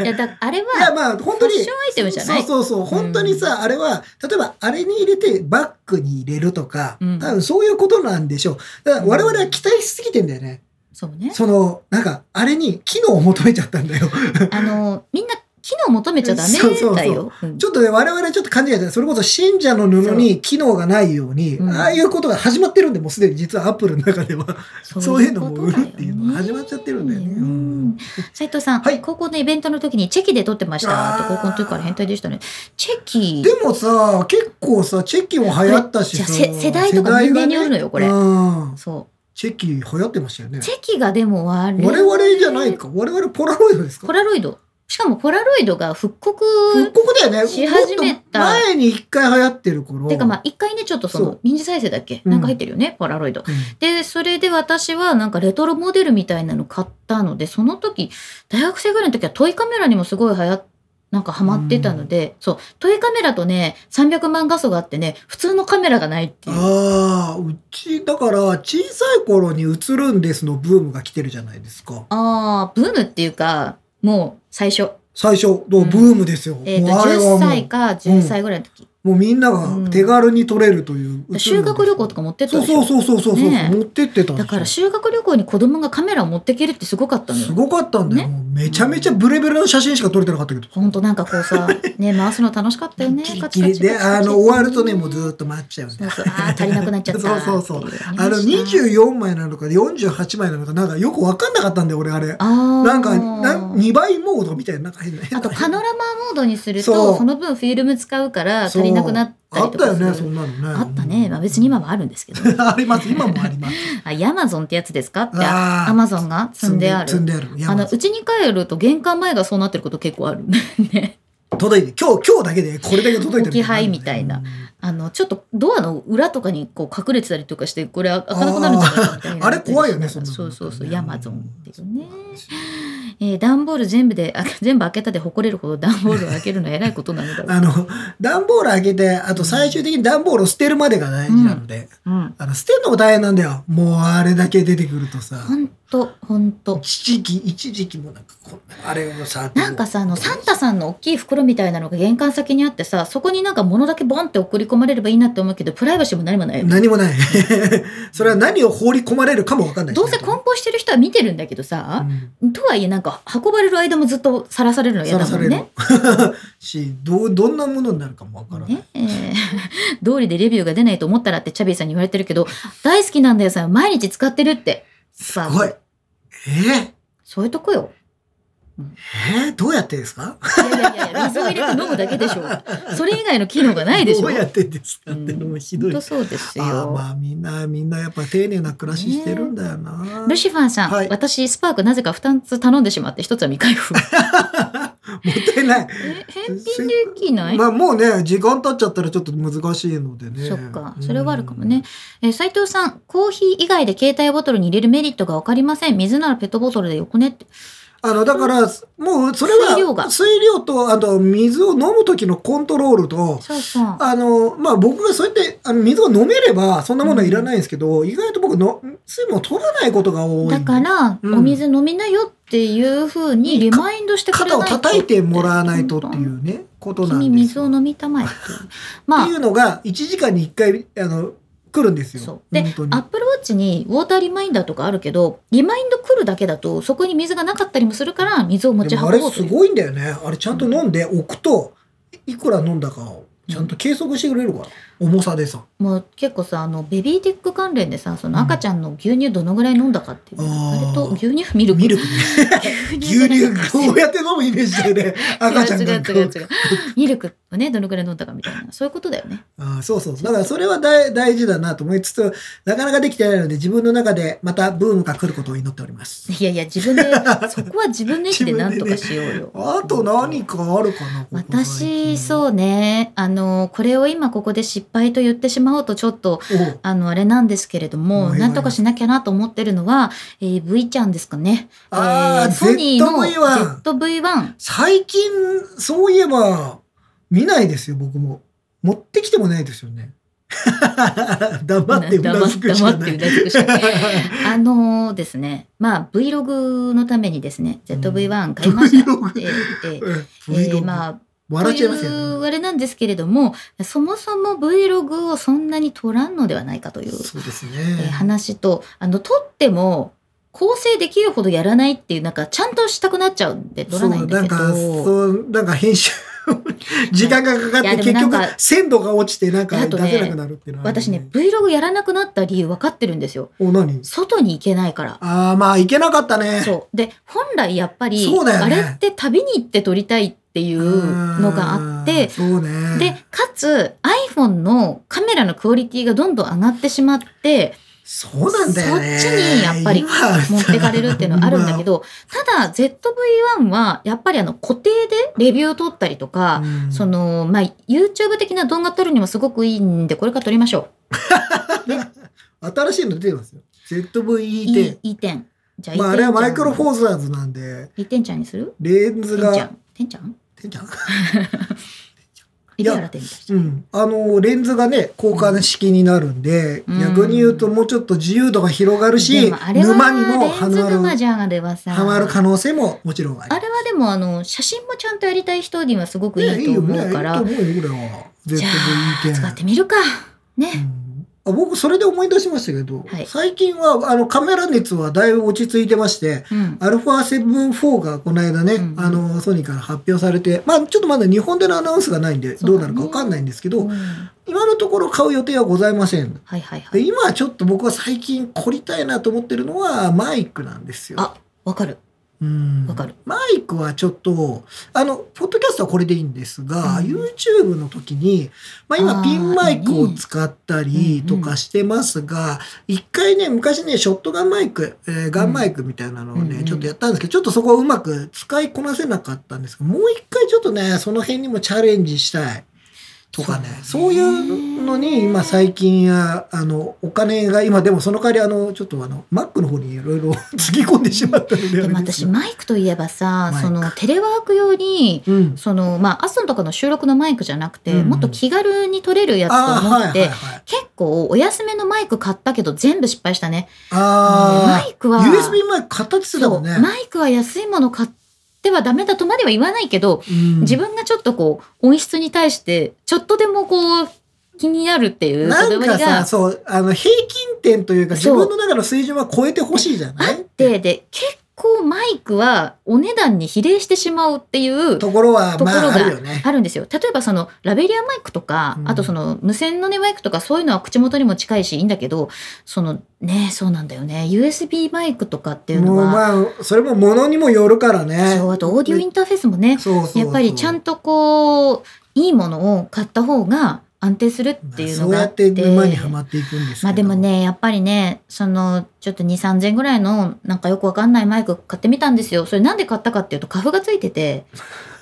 A: や、だあれ
B: や
A: は、
B: まあ
A: フ
B: 本
A: ァ
B: 当
A: ッ
B: に
A: ションアイテムじゃない。
B: そうそうそう本当にさ、あれは例えばあれに入れてバッグに入れるとか、
A: うん
B: 多分そういうことなんでしょうだから我々は期待しすぎてんだよね、
A: そうね。
B: そのなんかあれに機能を求めちゃったんだよ
A: あの、みんな、機能求めちゃダメ
B: そうそう
A: だ
B: そ
A: よ。うん
B: ちょっとね我々ちょっと勘違いしてそれこそ信者の布に機能がないように
A: そううん
B: ああいうことが始まってるんでもうすでに実はアップルの中ではそういうのも売るっていうのが始まっちゃってるんだよね。
A: う
B: うん
A: ん斉藤さん、
B: はい
A: 高校のイベントの時にチェキで撮ってましたっ
B: あ
A: て
B: ー
A: 高校の時から変態でしたね。チェキ
B: でもさ結構さチェキも流行ったし
A: じゃあ
B: さ
A: せ世代とか
B: 世代が
A: 年齢によるのよこれ
B: うん
A: そ
B: チェキ流行ってましたよね
A: う。チェキがでもあれ
B: 我々じゃない。か我々ポラロイドですか
A: ポラロイド。しかもポラロイドが復刻。
B: 復刻だよね
A: し始めた
B: もっと前に一回流行ってる頃
A: てかまあ一回ねちょっとそ
B: そ
A: の
B: う
A: 民事再生だっけ
B: うん
A: なんか入ってるよね、ポラロイド。
B: うん
A: でそれで私はなんかレトロモデルみたいなの買ったのでその時大学生ぐらいの時はトイカメラにもすごい流行っなんかハマってたので、そうトイカメラとね300万画素があってね普通のカメラがないっていう
B: ああうちだから小さい頃に映るんですのブームが来てるじゃないですか
A: あーブームっていうかもう最初、
B: 最初どう
A: うん
B: ブームですよ、
A: えー、と
B: もうあれはも
A: 10
B: う
A: 歳か10歳ぐらいの時、
B: もうみんなが手軽に撮れるという、
A: 修学旅行とか
B: も
A: 持ってった
B: そう
A: でしょ
B: そうそうそうそうそう、
A: ねえ
B: 持ってってたんですよ
A: だから修学旅行に子供がカメラを持ってけるってすごかったの
B: す
A: よ
B: ごかったんだよ、
A: ね
B: もうめちゃめちゃブレブレの写真しか撮れてなかったけど
A: ほんとなんかこうさね回すの楽しかったよね
B: キ
A: カ
B: リ
A: チ
B: キ
A: カチ
B: リで
A: カチカチ
B: あの終わるとねもうずーっと待っちゃうん
A: そ
B: だ
A: うそうあー足りなくなっちゃった
B: そうそうそう
A: っていね
B: あの24枚なのか48枚なのかなんかよく分かんなかったんだよ俺あれ
A: あー
B: なんかなん2倍モードみたいななんか変な変
A: あと
B: な
A: パノラマモードにする
B: そ
A: と
B: う
A: その分フィルム使うから足りなくなった
B: あ
A: り
B: っ
A: と
B: た
A: か
B: よ
A: する
B: ねそんなのね
A: あったね、まあ、別に今もあるんですけど
B: あります今もあります
A: あヤマゾンってやつですかって
B: あー
A: アマゾンが積んである
B: 積んである
A: あの
B: 山
A: うちに帰ると玄関前がそうなってること結構あるね
B: 届いて今日今日だけでこれだけ届いてる
A: 置き配みたいな
B: うん
A: あのちょっとドアの裏とかにこう隠れてたりとかしてこれ開かなくなるんじゃないかみたいな
B: あーあれ怖いよねそんなの
A: そうそうそう
B: うん
A: ヤマゾンっていうねえー、段ボール全部であ全部開けたで誇れるほど段ボールを開けるのは偉いことなのだろう
B: あの段ボール開けてあと最終的に段ボールを捨てるまでが大事なので、
A: うん
B: あの捨てるのも大変なんだよもうあれだけ出てくるとさ
A: ほんとほんと
B: 一時期一時期もなんかこんなあれをさ
A: なんかさあのサンタさんの大きい袋みたいなのが玄関先にあってさそこになんか物だけボンって送り込まれればいいなって思うけどプライバシーも何もないよ、
B: 何もない それは何を放り込まれるかもわかんないし
A: どうせ梱包してる人は見てるんだけどさ、とはいえなんか運ばれる間もずっとさらされるの嫌
B: さら
A: だ
B: さ
A: も
B: れ
A: ん
B: る、
A: ね。
B: しどうどんなものになるかもわからない、
A: ねえー 道理でレビューが出ないと思ったらってチャビーさんに言われてるけど大好きなんだよさ毎日使ってるって
B: すごいえー
A: そういうとこよ。
B: えーどうやってですか
A: いやいやいやいや水を入れて飲むだけでしょそれ以外の機能がないでしょ
B: どうやってですかってのもひどい、
A: 本当そうですよ。
B: ああまあみんなみんなやっぱ丁寧な暮らししてるんだよな、
A: ルシファーさん、
B: はい
A: 私スパークなぜか2つ頼んでしまって1つは未開 封
B: もったいない
A: え返品できない、
B: まあもうね時間経っちゃったらちょっと難しいのでね
A: そっかそれはあるかもね、え斉藤さんコーヒー以外で携帯ボトルに入れるメリットが分かりません水ならペットボトルでよくねって
B: あのだからもうそれは
A: 水量が
B: 水量とあと水を飲む時のコントロールと
A: そうそう
B: あのまあ僕がそうやってあの水を飲めればそんなものはいらないんですけど、意外と僕の水分を取らないことが多いんで
A: だから、
B: うん
A: お水飲みなよっていうふうにリマインドしてくれない
B: 肩
A: と
B: を叩いてもらわないとっていうねことなんです
A: 君
B: よ
A: 水を飲みたまえっていうま
B: っ
A: あ
B: ていうのが1時間に1回あの来るんですよ。
A: そうで
B: 本当に
A: アップルウォッチにウォーターリマインダーとかあるけどリマインド来るだけだとそこに水がなかったりもするから水を持ち
B: で
A: 運
B: も
A: ぼ
B: あ
A: うとい
B: れ
A: う
B: すごいんだよねあれちゃんと飲んで置くといくら飲んだかをちゃんと計測してくれるから、重さでさ
A: もう結構さあのベビーテック関連でさその赤ちゃんの牛乳どのぐらい飲んだかっていう、
B: うんあー
A: 割と牛乳ミルク
B: ミルクね 牛
A: じゃ
B: 乳
A: なくて
B: こうやって飲むイメージだよ ね赤ちゃん
A: 違
B: が
A: う
B: こ
A: 違う違う
B: う
A: 違うミルクをねどのぐらい飲んだかみたいなそういうことだよね
B: ああそうそうだからそれは大大事だなと思いつつなかなかできてないので自分の中でまたブームが来ることを祈っております
A: いやいや自 分でそこは自分の意思で何とかしようよ、
B: あと何かあるかな
A: 私
B: う
A: そうねあのこれを今ここで失敗と言ってしまうとちょっと
B: お
A: あのあれなんですけれど
B: おい
A: も
B: おい
A: なんとかしなきゃなと思ってるのは、えー、V ちゃんですかね
B: あ
A: え
B: ー
A: ーソニーの
B: ZV-1
A: ZV-1
B: 最近そういえば見ないですよ僕も持ってきてもないですよね 黙ってうなずくしか
A: 黙
B: な
A: って
B: いう
A: なずくしかない あのーですね、まあ Vlog のためにですね、ZV-1 買いました。
B: Vlog
A: えーえーえ
B: Vlog
A: ーまあ、
B: 笑っちゃいます
A: と
B: よね
A: いうあれなんですけれども、そもそも Vlog をそんなに撮らんのではないかという、
B: そうです
A: えー
B: ね。
A: 話と、あの、撮っても構成できるほどやらないっていう、なんかちゃんとしたくなっちゃうんで撮らないんだけど。
B: そうなんかそうなんか編集時間がかかっ
A: いや
B: て
A: でも
B: 結
A: なん
B: 局
A: か
B: 鮮度が落ちてなん
A: いや
B: か
A: あ
B: 出
A: とね
B: せなくなるっていうのはあるよ
A: 私ね、Vlog やらなくなった理由分かってるんですよ。
B: お何
A: 外に行けないから。
B: ああまあいけなかったね。
A: そうで本来やっぱり、
B: そうだよ
A: あ
B: ね
A: れって旅に行って撮りたいっていうのがあっ
B: うーん
A: て
B: そうね。
A: でかつ iPhone のカメラのクオリティがどんどん上がってしま って
B: そうなんだよね。
A: そっちにやっぱり持ってかれるっていうのはあるんだけど
B: ど、
A: ただ ZV-1 はやっぱりあの固定でレビューを取ったりとか、
B: うん
A: そのまあ YouTube 的な動画撮るにもすごくいいんでこれから撮りましょ
B: 新しいの出てますよ。
A: う。い
B: ZV-E10
A: い。いい点じゃあ、
B: まああれはマイクロフ
A: ー
B: ォーザーズなんで
A: いい点ちゃんにする
B: レンズ
A: てんちゃ
B: が
A: んてんちゃん
B: てんちゃん
A: エ
B: い
A: ビ
B: や
A: 原てんちゃん
B: うん、あのレンズがね交換式になるんで、
A: うん
B: 逆に言うともうちょっと自由度が広がるし
A: でもあれは
B: 沼にもは
A: レンズ
B: まる
A: 沼じゃんあれはさ
B: はまる可能性ももちろんあり
A: あれはでもあの写真もちゃんとやりたい人にはすごくいいと思うから、
B: ねいいよねいいと思うよこれは
A: じゃあ
B: ZV-E10
A: 使ってみるかね、
B: うんあ僕それで思い出しましたけど、
A: はい
B: 最近はあのカメラ熱はだいぶ落ち着いてまして
A: うん
B: α7-4 がこの間ね、
A: うん
B: あのソニーから発表されてまあちょっとまだ日本でのアナウンスがないんで
A: そう
B: どう
A: だね
B: なるかわかんないんですけど、
A: うん
B: 今のところ買う予定はございません
A: はいはいは
B: で
A: い
B: 今ちょっと僕は最近凝りたいなと思ってるのはマイクなんですよ。
A: あわかる
B: うん
A: わかる
B: マイクはちょっとあのポッドキャストはこれでいいんですが、
A: うん
B: YouTube の時に、まあ、
A: あ
B: 今
A: ー
B: ピンマイクを使ったりとかしてますが一、回ね昔ねショットガンマイク、えーガンマイクみたいなのをね、
A: うんうん
B: ちょっとやったんですけどちょっとそこをうまく使いこなせなかったんですがもう一回ちょっとねその辺にもチャレンジしたい。とかね
A: そ
B: そうう
A: ね
B: いうのに今最近はあのお金が今でもその代わりあのちょっとあの Mac の方にいろいろ つぎ込んでしまったので
A: でも
B: あれです
A: 私
B: が
A: マイクといえばさ
B: マイク
A: そのテレワーク用に
B: うん、
A: そのまあアスンとかの収録のマイクじゃなくて、
B: うんうん
A: もっと気軽に撮れるや
B: あ
A: つと
B: ー
A: 思
B: はい
A: って、
B: はいはい
A: 結構お安めのマイク買ったけど全部失敗したねマ
B: あ
A: イク
B: あ
A: は
B: USB マイク形してたもんね
A: そう、マイクは安いもの買ってはダメだとまでは言わないけど、
B: うん
A: 自分がちょっとこう音質に対してちょっとでもこう気になるっていうこ
B: な
A: だ
B: ん
A: わ
B: か
A: り
B: さ
A: が
B: そうあの平均点というか自
A: そう
B: 分の中の水準は超えてほしいじゃな
A: あ
B: い
A: ってで結構マイクはお値段に比例してしまうっていう
B: ところは
A: ところ
B: まあ
A: が
B: あるよね
A: あるんですよ例えばそのラベリアマイクとか、
B: うん
A: あとその無線のねマイクとかそういうのは口元にも近いしいいんだけどそのねそうなんだよね USB マイクとかっていうの
B: もう
A: は、
B: まあそれもものにもよるからね
A: そうあとオーディオインターフェースもね
B: そうそうそう
A: やっぱりちゃ
B: と
A: んとこういいものを買った方が安定するっていうのがあって、
B: そうやって沼にはまっていくんですけど
A: まあでもねやっぱりねそのちょっと2 3 0 0 0ぐらいのなんかよくわかんないマイク買ってみたんですよそれなんで買ったかっていうとカフがついてて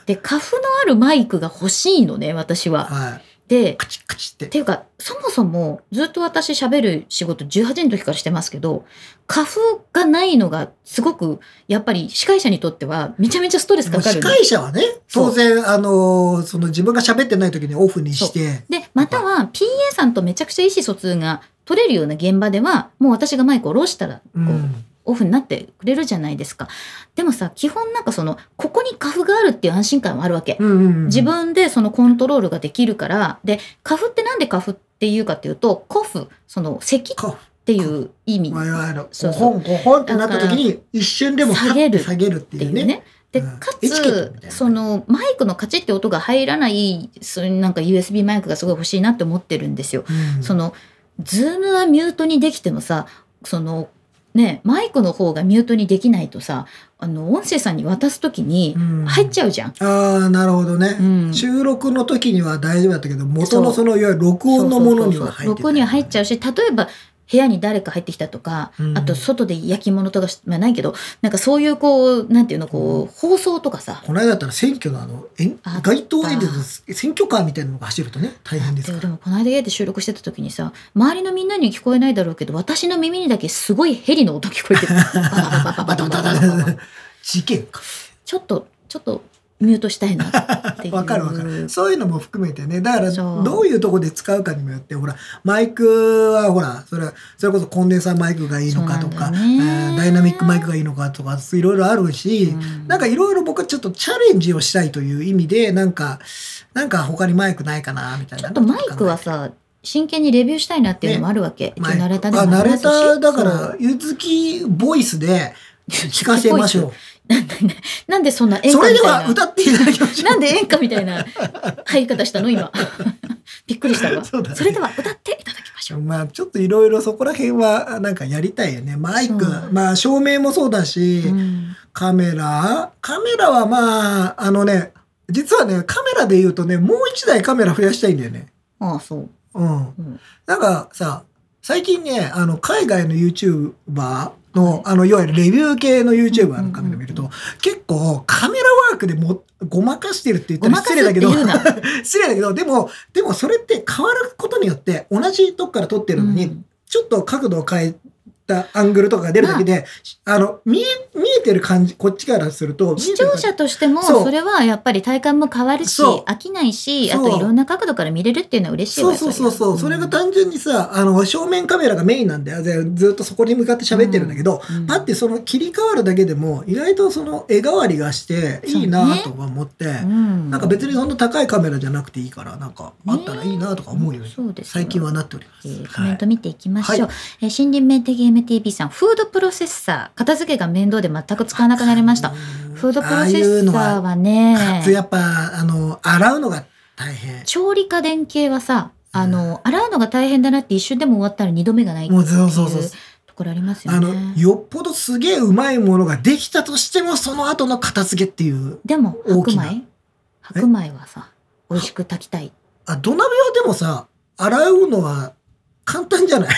A: でカフのあるマイクが欲しいのね私は。
B: はい
A: で
B: カチッカチッっ
A: ってていうかそもそもずっと私喋る仕事18の時からしてますけどカフがないのがすごくやっぱり司会者にとってはめちゃめちゃストレスか
B: もう
A: かる
B: 司
A: の
B: 会者はね
A: そう
B: 当然あのーその自分が喋ってない時にオフにして
A: でまたは PA さんとめちゃくちゃ意思疎通が取れるような現場ではもう私がマイクを下ろしたらこう、
B: うん
A: オフになってくれるじゃないですかでもさ基本なんかそのここにカフがあるっていう安心感はあるわけ、
B: うんうんうん
A: 自分でそのコントロールができるからでカフってなんでカフっていうかっていうとコフその咳っ
B: か
A: てっていう意味
B: まあ、いわゆる
A: そう
B: 5
A: そう
B: 本5本ってなった時に一瞬でも
A: 下げる
B: 下げるって
A: って
B: い
A: いううね。
B: ね。
A: で、
B: うん
A: か
B: エチケット
A: つ
B: みたい、な
A: その、マイクのカチって音が入らない、そういうなんか USB マイクがすごい欲しいなって思ってるんですよ。
B: うん
A: その、ズームはミュートにできてもさ、その、ね、マイクの方がミュートにできないとさ、あの、音声さんに渡すときに
B: うん
A: 入っちゃうじゃん。
B: ああなるほどね、
A: うん
B: 収録の時には大丈夫だったけど元の
A: そ
B: そのいわゆる録音のものには入ってた
A: 録音には入っちゃうし、例えば、部屋に誰か入ってきたとか、
B: うん
A: あと外で焼き物とかし、まあないけど、なんかそういうこう、なんていうの、こう、放送とかさ、
B: この間だったら選挙のあのえん
A: あった
B: 街頭演説の選挙カーみたいなのが走るとね大変です
A: で
B: か
A: で
B: ら。
A: もこの間家で収録してた時にさ周りのみんなに聞こえないだろうけど私の耳にだけすごいヘリの音聞こえてるバ タバタバタバタバタバタ
B: 事件か
A: ちょっとちょっとミュートしたいなっていう
B: わかるわかるそういうのも含めてねだから
A: そう
B: どういうとこで使うかにもよってほらマイクはほらそれそれこそコンデンサーマイクがいいのかとか、
A: そうなんだよね
B: えーダイナミックマイクがいいのかとかいろいろあるし、
A: うん
B: なんかいろいろ僕はちょっとチャレンジをしたいという意味でなんかなんか他にマイクないかなみたい
A: ち
B: な
A: ょっとマイクはさ真剣にレビューしたいなっていうのもあるわけ、一応
B: マイク
A: 慣れた
B: あ
A: もあ
B: 慣
A: りま
B: れ
A: すした
B: だか
A: そう
B: らゆずきボイスで聞かせましょう
A: なんでそんな 演
B: そ
A: 歌
B: れ
A: み
B: で
A: た
B: はい
A: な
B: 歌っていただきましょう
A: なんで演歌みたい な入り方したの今 びっくりしたわ
B: そうだね
A: それでは歌っていただきましょう
B: まあちょっといろいろそこら辺はなんかやりたいよねマイク
A: そう
B: まあ照明もそうだし、
A: うん
B: カメラカメラはまああのね実はねカメラで言うとねもう一台カメラ増やしたいんだよね
A: ああそう、
B: うん
A: うん
B: なんかさ最近ねあの海外の YouTuber のあのいわゆるレビュー系の YouTuber のカメラ見ると、
A: うん
B: 結構カメラワークでもごまかしてるって言った
A: ごま
B: ら
A: かす
B: 失
A: っ
B: 礼
A: て
B: だけど
A: 言うな
B: 失礼だけどでもでもそれって変わることによって同じとこから撮ってるのに、
A: うん
B: ちょっと角度を変えたアングルとかが出るだけで、あ、の見え見えてる感じこっちからすると
A: 視聴者としても
B: そう
A: それはやっぱり体感も変わるし
B: そう
A: 飽きないしあ
B: そう
A: といろんな角度から見れるっていうのは嬉しい
B: そ
A: わ
B: うそうそうそう、それが単純にさあの正面カメラがメインなんであでずっとそこに向かって喋ってるんだけど、
A: うん
B: パッてその切り替わるだけでも意外とその絵代わりがしていいなとか思って、
A: うん
B: なんか別にそんな高いカメラじゃなくていいからなんかあったらいいなとか思うよ、
A: ねそうですよ
B: 最近はなっております、
A: えーコ
B: は
A: メ
B: い
A: ント見ていきましょう、
B: は
A: えー森林名的 MTV さんフードプロセッサー片付けが面倒で全く使わなくなりました
B: うん
A: フードプロ
B: ああい
A: セ
B: う
A: ッ
B: の
A: サーはね
B: かつやっぱあの洗うのが大変
A: 調理家電系はさあの洗うのが大変だなって一瞬でも終わったら二度目がないってい
B: も
A: う
B: うそうそうそう
A: ところありますよ
B: あ
A: ね
B: のよっぽどすげえうまいものができたとしてもその後の片付けっていう
A: でも
B: 大
A: 白
B: きな
A: 米白米はさ美味しく炊きたい
B: あ土鍋はでもさ洗うのは簡単じゃない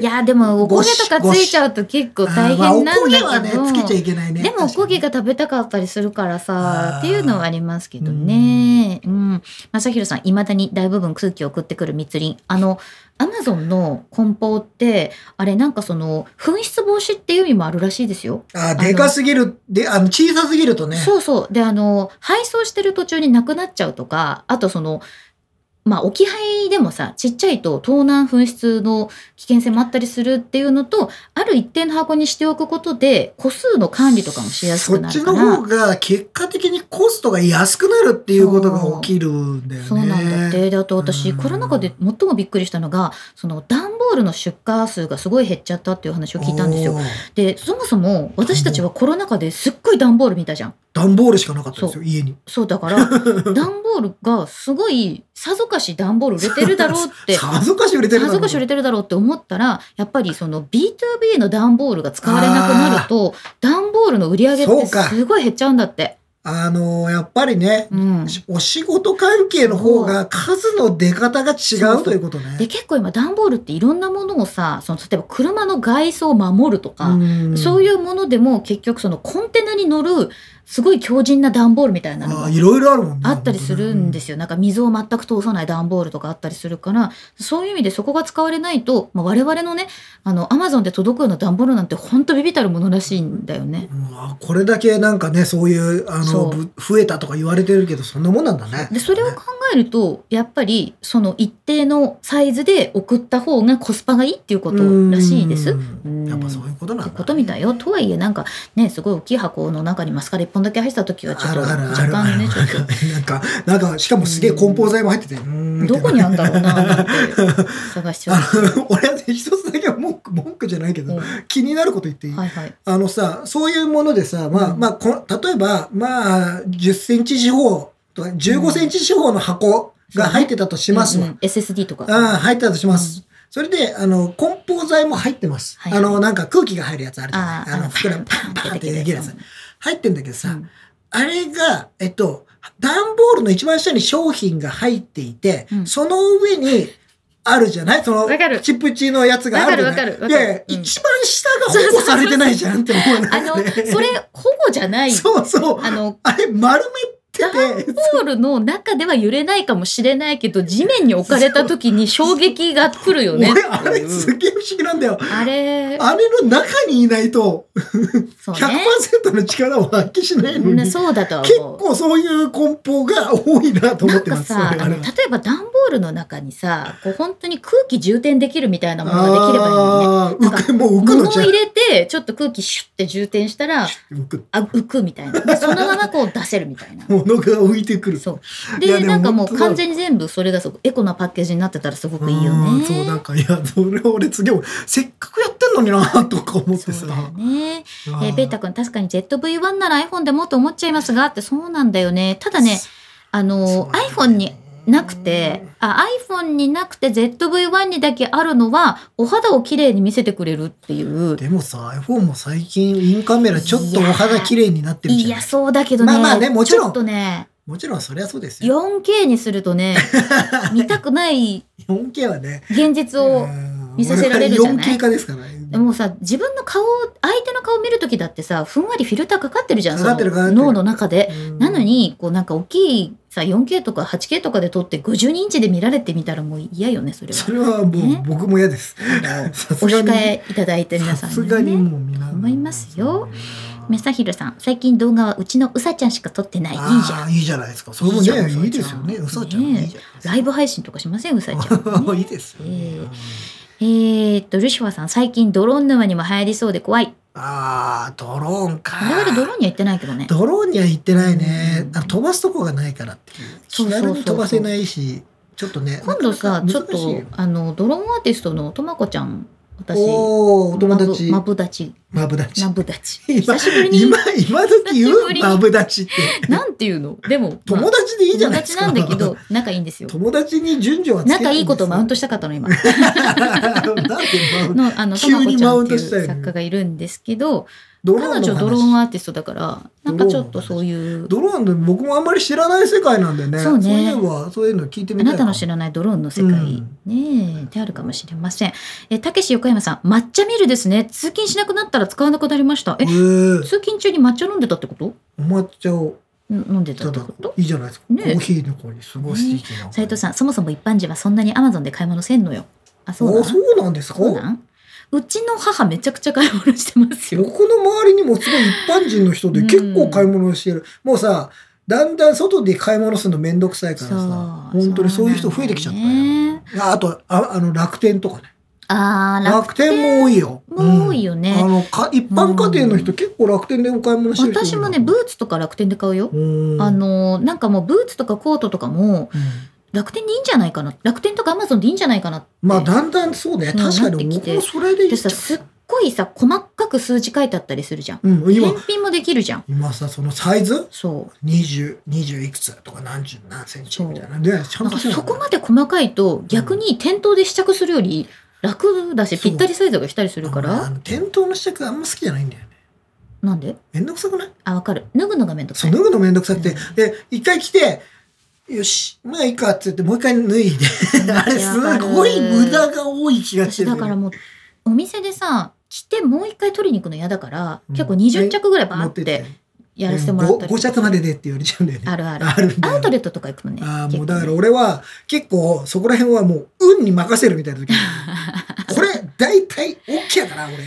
A: いやでもお
B: ご
A: こげと
B: し
A: かついちゃうと結構大変
B: あ
A: な
B: ー
A: んだけど、
B: まあおこげはねつけちゃいけないね
A: でもおこげ
B: 確
A: が食べたかったりするからさ
B: あー
A: っていうのはありますけどねうんまさひろさんいまだに大部分空気を送ってくる密林あのアマゾンの梱包ってあれなんかその紛失防止っていう意味もあるらしいですよ。
B: かにあでかすぎるであの小さすぎるとね
A: そうそうであの配送してる途中になくなっちゃうとかあとそのまあ置き配でもさちっちゃいと盗難紛失の危険性もあったりするっていうのとある一定の箱にしておくことで個数の管理とかもしやすくなるから
B: そっちの方が結果的にコストが安くなるっていうことが起きるんだよね
A: そうなんだってであと私
B: うん
A: コロナ禍で最もびっくりしたのがその段ボールの出荷数がすごい減っちゃったっていう話を聞いたんですよ
B: おー
A: でそもそも私たちはコロナ禍ですっごい段ボール見たじゃん
B: 段ボールしかなかったですよ家に
A: そうだから 段ボールがすごいさぞかし段ボール売れてるだろうって
B: さぞかし売れてるだ
A: さ
B: ろう
A: ぞかし売れてるだろうって思ったらやっぱりその B2B の段ボールが使われなくなると段ボールの売り上げっ
B: そ
A: て
B: うか
A: すごい減っちゃうんだって。
B: あのーやっぱりね
A: うん
B: お仕事関係の方が数の出方が違
A: そう
B: うということね。
A: で結構今段ボールっていろんなものをさその例えば車の外装を守るとか、そう
B: い
A: いうものでも結局そのコンテナに乗るすごい強靭な段ボールみたいなの
B: あ
A: が
B: ーいろいろあるもんね。
A: あったりするんですよ。なんか水を全く通さない段ボールとかあったりするから、そういう意味でそこが使われないと、まあ、我々のね、あの、アマゾンで届くような段ボールなんて本当ビビたるものらしいんだよね。
B: うん。うわこれだけなんかねそういうあ
A: そ
B: の
A: う
B: ぶ増えたとか言われてるけどそんなもんなんだね。
A: で、それを考ええるとやっぱりその一定のサイズで送った方がコスパがいいっていうことらしいです。
B: う
A: っ
B: んやっぱそういうことなんだ、
A: て
B: ね。
A: ことみたいよ。とはいえなんかねすごい大きい箱の中にマスカラ一本だけ入ってた時はちょっ
B: あ
A: と
B: るあるあ
A: 若
B: るあ
A: 干
B: る
A: ねちょっと。
B: なんかなんかしかもすげえ梱包材も入っててうーん
A: どこにあんだろうななんて探しちゃう
B: あ。の俺はね一つだけは文句文句じゃないけど、
A: うん
B: 気になること言っていい、
A: はいはい。
B: あのさそういうものでさまあ、
A: うん
B: まあこ例えばまあ10センチ四方とか15センチ四方の箱が入ってたとしますわ、
A: うんうん SSD とか。
B: ああ入ってたとします、それであの梱包材も入ってます、
A: はい
B: あのなんか空気が入るやつあるじゃ
A: あ
B: ない
A: あ
B: あの膨らむパ
A: パン
B: ン
A: パン
B: パン
A: っ
B: っ
A: て
B: てで
A: で
B: き
A: き
B: る
A: る
B: や
A: や
B: つ
A: つ
B: 入ってんだけどさ、
A: うん
B: あれが、えっと、段ボールの一番下に商品が入っていて、
A: うん
B: その上にあるじゃないその、
A: わかる
B: プチプチのやつがあるじゃない
A: わかるわかるわ
B: い
A: かる
B: やいや、
A: うん
B: 一番下が保護されてないじゃんって思う
A: あの
B: のね
A: それ保護じゃない。
B: そうそう。
A: あの
B: あれ
A: 段
B: 丸
A: ボ
B: めてて、
A: ールの中では揺れないかもしれないけど地面に置かれた時に衝撃が来るよね。
B: 俺、あれすげえ不思議なんだよ。
A: あれ
B: あれの中にいないと、
A: そうね
B: 100%の力を発揮しないのに、
A: ね
B: 結
A: そうだとは思う。
B: 構そういう梱包が多いなと思
A: な
B: っ
A: ん
B: て
A: か
B: ます。
A: さ、あ
B: あ
A: の
B: れは
A: 例えば段ボールの中にさ、こう本当に空気充填できるみたいなものができればいいのにね。
B: あー浮くもう浮く
A: 物
B: の
A: を
B: じゃ
A: 入
B: ん。
A: れて、ちょっと空気シュッて充填したら、
B: 浮く
A: あ浮くみたいな。でそのままこう出せるみたいな。
B: 物が浮いてくる。
A: そう。
B: いや
A: で、
B: でも
A: なんかも
B: 本
A: う
B: 当だ
A: 完全に全部それがすごくエコなパッケージになってたらすごくいいよ
B: う
A: ね。
B: んそうなんかいやそれは俺すげえせっかくやってんのになとか思って
A: そ
B: さ
A: うだよね。
B: あ
A: えー、ベータ君確かに ZV-1 なら iPhone でもと思っちゃいますがってそうなんだよねただねあ
B: そう
A: の
B: なんだよ
A: iPhone になくてあ iPhone になくて ZV-1 にだけあるのはお肌を綺麗に見せてくれるっていう
B: でもさ iPhone も最近インカメラちょっとお肌綺麗になってる
A: い
B: じゃ
A: や
B: ん
A: そうだけどね,、
B: まあまあねもちろん
A: ょっとね
B: もちろんそりゃそうですよ
A: 4K にすると ね見たくない
B: 4 k はね
A: 現実を
B: うん
A: 見させられるじゃない
B: 我々 4K 化ですから
A: でもうさ自分の顔相手の顔見る時だってさふんわりフィルターかかってるじゃん
B: かかってる
A: その
B: かかってる
A: 脳の中で。
B: うん
A: なのに、こうなんか大きいさ、4K とか 8K とかで撮って52インチで見られてみたらもう嫌よね、それは
B: そ。れはもう
A: ね
B: 僕も嫌です
A: お
B: さすが
A: 控
B: に
A: えいただいて皆さ
B: さすが
A: ん
B: に
A: にね。
B: もうみんな
A: 思いますよ
B: め
A: メサヒロさん、最近動画はうちのうさちゃんしか撮ってない。いいじゃん。
B: んいいじゃないですかそれもね
A: いいじゃん
B: いいですよねう
A: そ
B: さ
A: う
B: ち
A: じ
B: ゃ
A: ゃん
B: んいいじゃないですか
A: ライブ配信とかしません、うさちゃ ん。
B: いいですよね、
A: えええーっと、ルシファーさん、最近ドローン沼にも流行りそうで怖い。
B: ああドローンか
A: 我々ドローンには行ってないけどね。
B: ドローンには行ってないね、
A: うん
B: あ飛ばすとこがないからっていう
A: そう
B: 気
A: そうそうそう
B: 軽に飛ばせないしちょっとね
A: 今度さ、
B: な
A: ち
B: か
A: ょ
B: な
A: っ
B: か難しいよ
A: と、あの、ドローンアーティストのとまこちゃん、私、
B: おーお友達
A: マブダチ、
B: マブダチ
A: マブダチ。
B: 今
A: 久しぶりに
B: 今今時
A: 久し
B: 言
A: ぶ
B: う
A: りに
B: マブダチって
A: なんていうのでも、まあ
B: 友達でいいじゃ
A: 友
B: ないです
A: 達
B: か
A: なんだけど、仲いいんですよ。
B: 友達に順序はつけ
A: 仲いいことをマウント
B: し
A: したかったの、 今。
B: なんでマウント
A: の、あの、と
B: 急
A: まこ
B: に
A: ちゃ
B: マ
A: んっ
B: ウ
A: て
B: ント
A: いう
B: したよね
A: 作家がいるんですけど、
B: ドロ
A: 彼
B: ーン
A: 女
B: の話
A: ドローンアーティストだから、なんかちょっとそういう、
B: ドローンの僕もあんまり知らない世界なんでね
A: そうね
B: いえばそういうの聞いて
A: あ
B: みたい
A: なたの知らないドローンの世界ねえ、であるかもしれません。え、たけし横山さん、抹茶ミルですね。通勤しなくなったら使わなくなりました。え
B: え、ー、
A: 通勤中に抹茶飲んでたってこと
B: お抹茶を
A: ん飲んで
B: た
A: たって
B: だ
A: こと
B: いいじゃないですか、
A: ね
B: コーヒーの子にすごい素敵な
A: 斉藤さん、そもそも一般人はそんなにアマゾンで買い物せんのよ。あ、そうな
B: あ
A: の
B: そうなんですか
A: そうなんうちの母めちゃくちゃ買い物してますよ。
B: 僕の周りにもすごい一般人の人で
A: うん
B: 結構買い物してる、もうさだんだん外で買い物するの面倒くさいからさ本当にそういう人増えてきちゃったよ、
A: ね、
B: ああとああの楽天とかね
A: あー楽
B: 楽天も多いよ
A: も多い
B: よ、
A: よ
B: う
A: ね
B: ん、あ。のか一般家庭の人結構楽天でお買い物してる人
A: 私もねブーツとか楽天で買うよ。
B: ー
A: あのなんかもうブーツとかコートとかも楽天でいいんじゃないかな楽天とかアマゾンでいいんじゃないかなって。
B: まあだんだんそうね
A: そう
B: 確か
A: なって
B: に
A: き
B: 僕
A: て
B: もそれでいい
A: でさすっごいさ細かく数字書いてあったりするじゃん。
B: うん、今
A: 返品もできるじゃん。
B: 今さそのサイズ
A: そう。
B: 20, 20いくつとか何十何センチみたいなでちゃ
A: なんん
B: と
A: か
B: してる
A: そこまで細かいと逆に店頭で試着するより楽だし
B: そう
A: ぴったりサイズが来たりするか
B: あ
A: ら
B: の店頭の試着あんま好きじゃないんだよね
A: なんで
B: めんどくさくない
A: あわかる脱ぐのがめんどく
B: そ
A: さい
B: う脱ぐのめんどくさくて、
A: うん
B: で一回着てよしまあいいかって言ってもう一回脱いであれすごい無駄が多い気がして
A: 私
B: る
A: だからもうお店でさ着てもう一回取りに行くの嫌だから、
B: うん
A: 結構20着ぐらいバー
B: 持
A: っ
B: って
A: て
B: て
A: やらせてもらったり、
B: 5着まででって言われちゃうんだよね
A: あるある
B: あるんだよ
A: アウトレットとか行くのね
B: あーも
A: 結構
B: うだ
A: ね
B: から俺は結構そ こら辺はもう運に任せるみたいな時これ大体 OK だな俺っつっ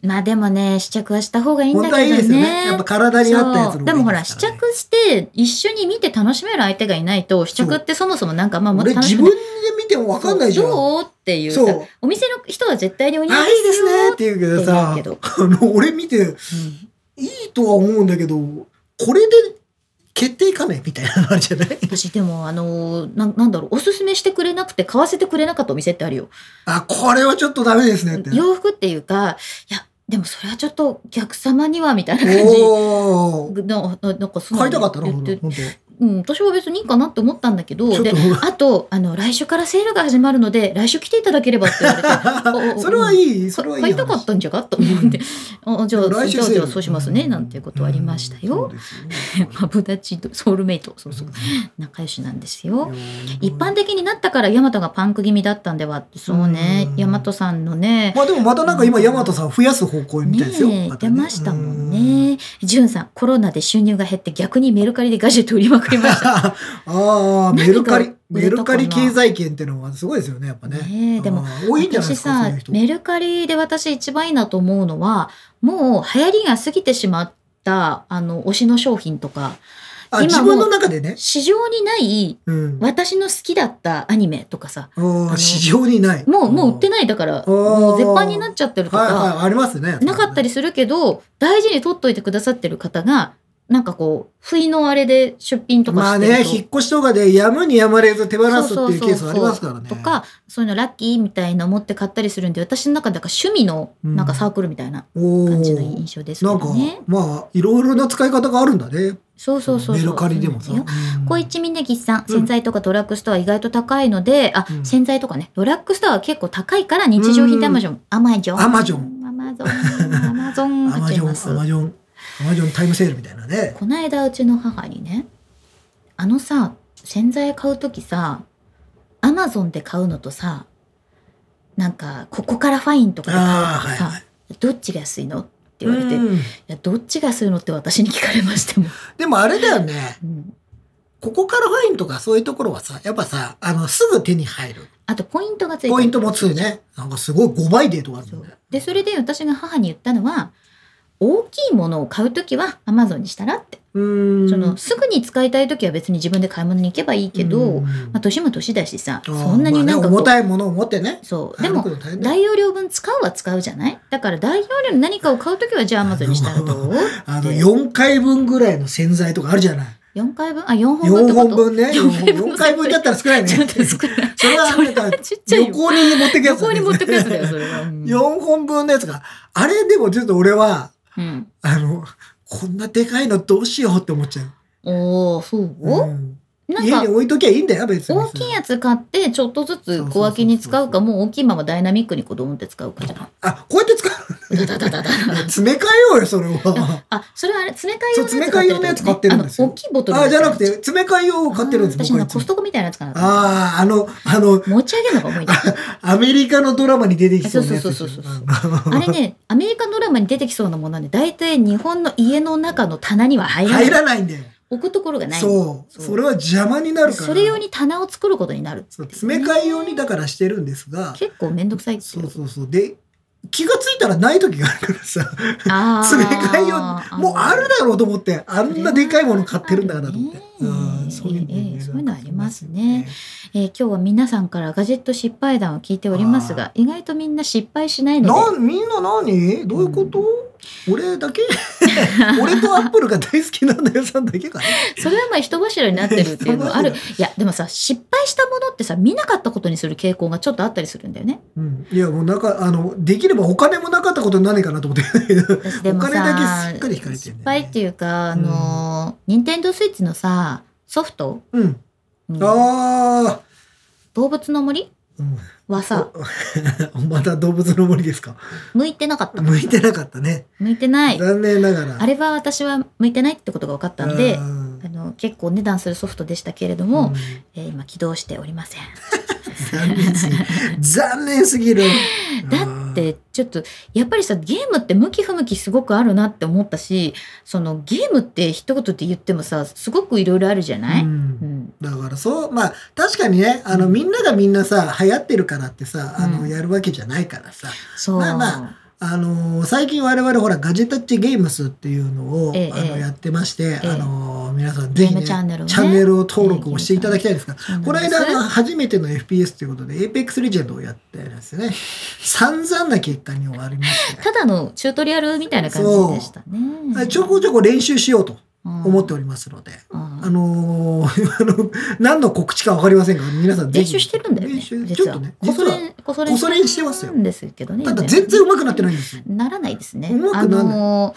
B: て
A: まあでもね、試着はした方がいいんだ
B: 本
A: けど
B: 当はいい
A: ね。
B: ですよね。やっぱ体に合ったや
A: そう
B: つの方がいいすらね
A: でもほら試着して一緒に見て楽しめる相手がいないと試着ってそもそもなんかまあもう
B: 俺
A: 楽し
B: 自
A: め
B: 分で見ても分かんないじゃん。
A: どうっていうさ
B: そう。
A: お店の人は絶対にお似合
B: あ、
A: い
B: いい
A: で
B: ですす
A: よ
B: ねっ
A: って
B: 言うけ
A: て
B: ど
A: なる
B: さ
A: け、ど、
B: あの、俺見て、いいとは思うんだけど、これで決定いかないみたいなのあるじゃない
A: 私でもあのーななんだろうおすすめしてくれなくて買わせてくれなかったお店ってあるよ
B: あ、これはちょっとダメですねって。
A: 洋服っていうかいやでもそれはちょっとお客様にはみたいな感じ
B: おー。
A: ののなんかその
B: 買いたかったな、
A: 言
B: ほ
A: っ
B: ん
A: て
B: と。本当ち
A: うん、私は別にいいかなって思ったんだけど
B: ょっ
A: で
B: と
A: あとあの来週からセールが始まるので来週来ていただければって言 われておおお
B: それはいい、それはいい
A: 買い
B: 話。
A: たかったんじゃがと思 って、あじゃあ
B: 来
A: じ
B: 週
A: ゃあ
B: セール
A: じゃあそうしますねなんていうことはありました
B: う
A: よ
B: ん。そうですよね
A: マブダチとソウルメイトそうそう仲良しなんですよ。一般的になったからヤマトがパンク気味だったんではってそうね
B: うん
A: ヤマトさんのね
B: まあでもまたなんか今、大和さん増やす方向みたいですよ。
A: ねえ出
B: ね
A: ましたもん。ね。ジュンさんコロナで収入が減って逆にメルカリでガジェット売りまくりま した。
B: ああー、メルカリ、
A: 何
B: メ
A: が売れた
B: ル
A: かな
B: カリ経済圏ってのはすごいですよね、やっぱね。
A: ねえでも
B: あー、多いんじゃないで
A: 私
B: すか、
A: さ
B: そういう人。
A: メルカリで私一番いいなと思うのはもう流行りが過ぎてしまったあの推しの商品とか
B: あ、
A: 今
B: 自分の中でね。
A: 市場にない
B: うん。
A: 私の好きだったアニメとかさ
B: あ
A: の
B: あ、市場にない。
A: もうもう売って
B: な
A: ないだから
B: あー
A: もう絶版になっちゃってると
B: はい
A: か
B: はい、ありますね。
A: なかったりするけど大事に取っといてくださってる方がなんかこう不意のあれで出品と
B: ま
A: か
B: あ
A: してる
B: ね、
A: と
B: 引っ越しとかでやむにやまれず手放すっていうケース
A: そうそうそうそう
B: はありますからね。
A: とかそういうのラッキーみたいな持って買ったりするんで私の中でなんか趣味のなんかサークルみたいな
B: おー
A: 感じの印象ですけ
B: な
A: ど
B: んか
A: ね。、
B: まあ、いろいろな使い方があるんだね。
A: そうそうそうそう
B: メルカリでもさ
A: そうなん。だよ
B: うん
A: 小一峯岸さん、
B: うん
A: 洗剤とかドラッグストア意外と高いので、あ、
B: うん
A: 洗剤とかね、ドラッグストアは結構高いから日常品でアマジョン、アマジョン、
B: アマジョン、
A: アマゾン、アマゾン、
B: アマジョン、
A: ま
B: ア
A: す。
B: マジョン、アマジョンタイムセールみたいなね。
A: こないだうちの母にね、あのさ、洗剤買うときさ、アマゾンで買うのとさ、なんかここからファインとかで
B: ああ、
A: 買う
B: はい
A: とさ、
B: はい。
A: どっちが安いのって言われて、い
B: うん
A: やどっちが安いのって私に聞かれましても、
B: でもあれだよね。
A: うん
B: ここからファインとかそういうところはさ、やっぱさ、あの、すぐ手に入る。
A: あとポイントがついてる
B: ポイントもついね。なんかすごい5倍デートがあるんだよね。
A: でそれで私が母に言ったのは大きいものを買うときはアマゾンにしたらって、
B: うーん。
A: そのすぐに使いたいときは別に自分で買い物に行けばいいけど、
B: うん
A: まあ、年も年だしさ
B: あー
A: そんなになんかこ
B: まあね
A: う、
B: 重たいものを持ってね。
A: そうでも
B: 歩くの大変だよ
A: 大容量分使うは使うじゃないだから大容量の何かを買うときはじゃあアマゾンにしたらどう
B: あの、
A: で
B: 4回分ぐらいの洗剤とかあるじゃない。
A: 4回分あ4本分っ
B: 4
A: てこと
B: 本分ね。
A: 四本分
B: 4回分だったら少ないね。
A: ちょっと少ない
B: それはなんか、
A: ちっちゃい
B: 旅
A: よ
B: 行に持ってく
A: 旅
B: やつだ
A: 行に
B: ね、
A: 持ってくやつだよそれは、うん
B: 4本分のやつが。あれでもちょっと俺は、
A: うん
B: あの、こんなでかいのどうしようって思っちゃう。
A: おーそう、
B: うん
A: なん
B: 家
A: か
B: に置いときゃいいんだよ、別に。
A: 大きいやつ買ってちょっとずつ小分けに使うかもう大きいままダイナミックに子供って使 うかじゃない
B: あ、こうやって使う。
A: ダダダダダ
B: 詰め替えようよ、そ れは。
A: あそれはあれ詰め替え用のやつ
B: そう詰め替え用のやつ買ってるんですよ
A: あの大きいボトルの
B: あ、
A: やつ
B: じゃなくて、詰め替え用を買ってるんです、
A: あー私
B: 僕は
A: の
B: いつ
A: コ
B: も
A: ストコみたいなやつかなと思っ
B: ああ、あの、あの、
A: た持ち上げるのが重いんだ
B: アメリカのドラマに出てきそうなやつでし
A: そ
B: ょ。
A: うそうそうそう
B: あ
A: あれねアメリカンドラマに出てきそうなものなんで大体日本の家の中の棚には入らない
B: 入らないんだよ。
A: 置くところがない
B: そう。
A: そう
B: それは邪魔になるから。
A: それ用に棚を作ることになる
B: そう。詰め替え用にだからしてるんですが、
A: 結構めんどくさいです
B: そ
A: よ
B: うそうそう。で、気がついたらない時があるからさ、
A: あー
B: 詰め替え用、もうあるだろうと思って、あんなでかいもの買ってるんだからと思って
A: ね。
B: うんそういうの
A: え
B: ね
A: えそういうのありますね。えー今日は皆さんからガジェット失敗談を聞いておりますが意外とみんな失敗しないの
B: な
A: で
B: んみんな何どういうこと、俺だけ 俺とアップルが大好きなんだよさんだけかな
A: それはまあ人柱になってるっていうのはあ る
B: 人
A: いやでもさ失敗したものってさ見なかったことにする傾向がちょっとあったりするんだよね。
B: うん、いやもうなんかあのできればお金もなかったことになんねえかなと思って
A: 私でも
B: お金だ
A: さ
B: けすっかり引かれて
A: 失
B: るんだよね
A: 敗っていうかあのー任天堂スイッチのさソフト、
B: うん
A: うん
B: ああ、
A: 動物の森
B: うん、
A: はさ
B: お また動物の森ですか
A: 向いてなかった
B: 向いてなかったね、
A: 向いてない
B: 残念ながら
A: あれは私は向いてないってことが分かったんで
B: う。ん
A: あの結構お値段するソフトでしたけれど
B: う
A: も
B: ん、
A: えー今起動しておりません。
B: 残念すぎる残念すぎる
A: だってちょっとやっぱりさゲームって向き不向きすごくあるなって思ったしそのゲームって一言で言ってもさすごくいろいろあるじゃ
B: あ
A: ない、
B: ーう
A: うん
B: ん
A: うん
B: だからそうまあ確かにねあの、
A: うん
B: みんながみんなさ流行ってるからってさあの、
A: うん
B: やるわけじゃないからさ
A: そう
B: まあまあのー最近我々ほらガジェタッチゲームスっていうのを、
A: ええ
B: あの
A: ええ
B: やってまして、
A: え
B: あのー皆さんぜひ、ね、
A: ゲームチャンネルをね
B: 登録をしていただきたいですが、この間あの初めての FPS ということで Apex レジェンドをやったんです ね散々な結果に終わりまして
A: ただのチュートリアルみたいな感じでしたね。
B: あちょこちょこ練習しようと思ってお
A: る。
B: りますので、
A: あ
B: あのー あの何の告知かわかりませんが皆さんぜ
A: 練
B: ひ
A: 習してるんだよね
B: 練。習
A: 実
B: ちょっ
A: は
B: とね
A: こそ
B: 実は
A: 練、こそ練、
B: こそ練してますよ
A: んですけどね。
B: ただ全然上手くなってないんですよ
A: ならないですね。
B: うまくな
A: あ
B: らない
A: のー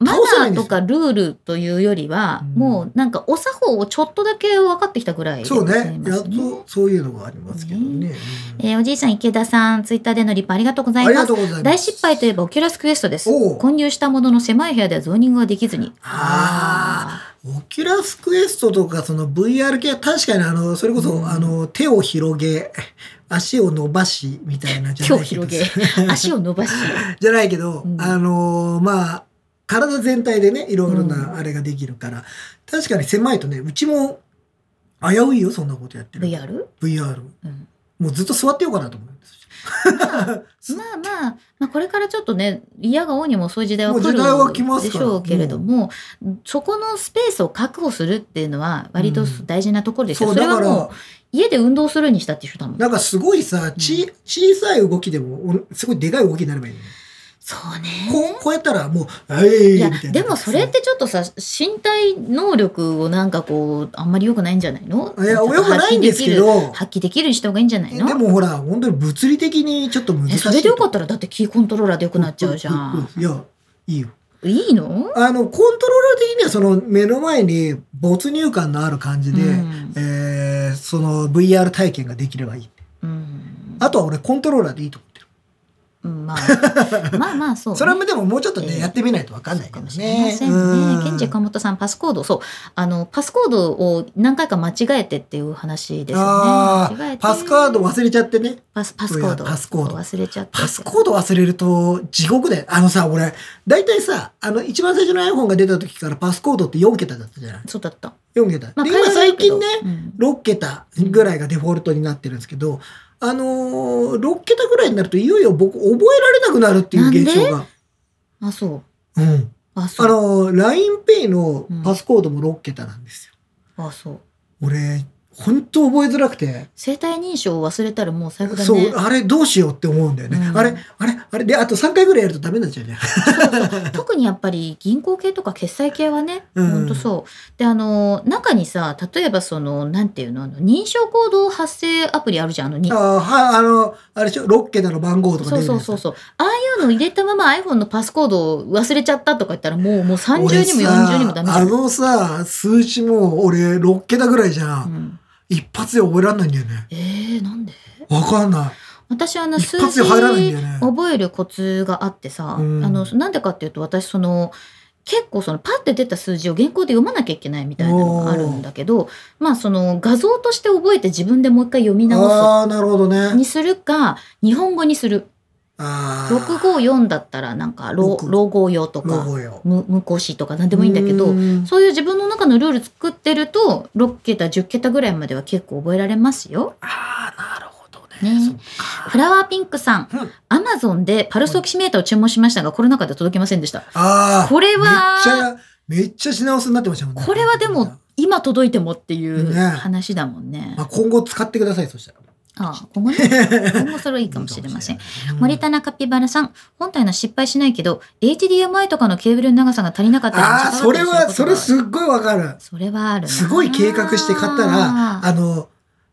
A: マ
B: 倒せな
A: ナ
B: い
A: ー
B: んですよ
A: とかルールというよりは、
B: うん
A: もうなんかお作法をちょっとだけ分かってきたぐらいで
B: そう
A: ござ
B: ね
A: いま
B: や
A: す
B: っとそういうのがありますけどねうん
A: えーおじいさん池田さんツイッターでのリップありがとうござい
B: あり
A: ま
B: が
A: す
B: とうございます
A: 大失敗といえばオキュラスクエストです
B: おう
A: 購入したものの狭い部屋ではゾーニングができずに
B: あオキュラスクエストとかその VR 系は確かにあのそれこそ、
A: うん
B: あの手を広げ足を伸ばしみたいなじ
A: 手
B: ゃ
A: を
B: ないけど
A: 広げ 足を伸ばし
B: じゃないけど、
A: うん
B: あのまあ体全体でねいろいろな
A: うん
B: あれができるから、確かに狭いとねうちも危ういよそんなことやってる
A: VR?
B: VR
A: うん
B: もうずっと座ってようかなと思うんです
A: まあまあ、まあ、これからちょっとね嫌が応にもそういう時代は来
B: もう
A: る
B: 時代は来ます
A: で
B: か
A: し
B: ら
A: ょうけれども、そこのスペースを確保するっていうのは割と大事なところですよ、
B: そう
A: それ
B: だ
A: は
B: か
A: もう
B: ら
A: 家で運動するにしたって一緒だもん
B: なんかすごいさち、小さい動きでもおすごいでかい動きになればいいのね
A: そうね
B: こうこうやったらもう「えい!」
A: いや
B: みたいな
A: でもそれってちょっとさ身体能力をなんかこうあんまり良くないんじゃないの
B: いや
A: ちょっと
B: 良くないんですけ
A: 発揮でき
B: ど
A: る発揮できる人がいいんじゃない
B: え
A: の
B: でもほら本当に物理的にちょっと難し
A: え
B: い
A: それでよかったたらだってキーコントローラーでよくなっちゃうじゃん。
B: いやいいよ
A: いいの、
B: あのコントローラー的にはその目の前に没入感のある感じで、
A: うん
B: えーその VR 体験ができればいい
A: うん
B: あとは俺コントローラーでいいと思ってる
A: うんまあ、まあまあそう、
B: それはでももうちょっとね、
A: ええ
B: やってみないと分かんないけ
A: か
B: ど
A: も
B: ね
A: しれません
B: う
A: ね
B: ん。
A: ケンジ岡本さん、パスコード、そう、あの、パスコードを何回か間違えてっていう話ですよ
B: あ
A: ね。間違えて
B: パスカード忘れちゃってね
A: パス、パスコード。
B: パスコード
A: 忘れちゃってて。
B: パスコード忘れると地獄だよあのさ俺大体さあの一番最初の iPhone が出た時からパスコードって4桁だったじゃない
A: そうだった。
B: 4桁、で
A: 会
B: 今
A: 話だけ
B: 最
A: ど
B: 近ね、
A: うん
B: 6桁ぐらいがデフォルトになってるんですけど、あのー、6桁ぐらいになるといよいよ僕覚えられなくなるっていう現象が。
A: あ、そう。
B: うん、
A: あ、そ
B: あ
A: う。
B: のー、LINEPay のパスコードも6桁なんですよ。
A: あ、そう。
B: 俺、本当覚えづらくて、
A: 生体認証を忘れたらもう最悪だね。
B: そう、あれどうしようって思うんだよね。
A: うん
B: あれ、あれ、あれ、で、あと3回ぐらいやるとダメになっちゃうじゃん。
A: 特にやっぱり銀行系とか決済系はね、
B: うん
A: ほんとそう。で、あの、中にさ、例えばその、なんていうの、あの認証コード発生アプリあるじゃん、あの、に
B: ああ、はい、あの、あれでしょ、6桁の番号とか出
A: そう
B: る
A: そうそうそう。ああいうの入れたまま iPhone のパスコードを忘れちゃったとか言ったらもうもう30にも40にもダメじゃ
B: あ
A: ん。
B: のさ、数字も俺6桁ぐらいじゃ。
A: うんん、
B: 一発で覚えられないんだよね。
A: えー、なんで
B: わかんない。
A: 私あの
B: 一
A: 数字
B: 発で入らないんだよね。
A: 覚えるコツがあってさ、
B: うん
A: あのなんでかっていうと私その結構そのパッて出た数字を原稿で読まなきゃいけないみたいなのがあるんだけどまあその画像として覚えて自分でもう一回読み直
B: ああー、なるほど
A: す
B: ね。
A: にするか日本語にする
B: ああ。
A: 654だったらなんか老
B: 六
A: 老後用とか
B: 五よ。
A: む無講師とか何でもいいんだけど
B: うーん
A: そういう自分の中のルール作ってると6桁10桁ぐらいまでは結構覚えられますよ。
B: ああ、なるほどね。
A: ね
B: そっか
A: フラワーピンクさん
B: うん、
A: アマゾンでパルスオキシメーターを注文しましたが、コロナ禍で届きませんでした。
B: ああ。
A: これ
B: めっち
A: は、
B: ゃ、めっちゃ品薄になってましたもんね。
A: これはでも、今届いてもっていう
B: ね
A: 話だもんね。
B: まあ、今後使ってください、そしたら。
A: ああ今後ね、今後それはいいかもしれ ません。森田中ピバラさん、本体の失敗しないけど、HDMI とかのケーブルの長さが足りなかったら
B: ああー、それは、それ
A: っ
B: すっごいわかる。
A: それはあるな
B: すごい計画して買ったら、あの、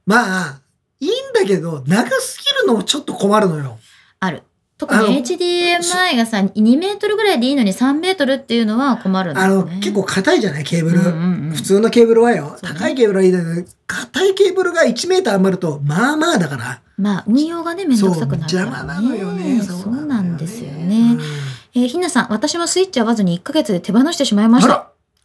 B: まあ、いいんだけど、長すぎるのもちょっと困るのよ。
A: ある。特
B: あの
A: に HDMI がさ、2メートルぐらいでいいのに3メートルっていうのは困るんだ
B: あ
A: よ
B: の、
A: ね。
B: 結構硬いじゃない、ケーブ
A: うん
B: ル。
A: うんうん
B: 普通のケーブルはよ、
A: そうね
B: 高いケーブルはいいんだけど、硬いケーブルが1メーター余ると、まあまあだから。
A: まあ、運用がね、めんどくさくなるから、
B: 邪
A: ね。
B: 魔なのよね。
A: そうなんですよ
B: うん
A: ね。えーひなさん、私もスイッチ合わずに1ヶ月で手放してしまいまし
B: あ
A: た。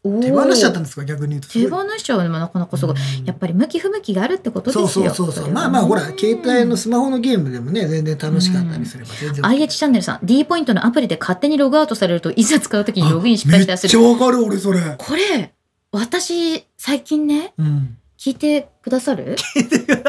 B: ら、手放しちゃった
A: お
B: ん
A: ー
B: ですか、逆に言うと。
A: 手放しちゃうのもなかなかすごい。
B: うん
A: やっぱり向き不向きがあるってことです
B: そ
A: よ。
B: うそうそうそ
A: れは
B: う。まあ
A: ね
B: まあ、ほら、携帯のスマホのゲームでもね、全然楽しかったりすれば、全然 OK。
A: IH チャンネルさん、D ポイントのアプリで勝手にログアウトされると、いざ使うときにログイン失敗したりする。
B: めっちゃわかる、俺、それ。
A: これ、私、最近ね、
B: うん。
A: 聞いてくださ る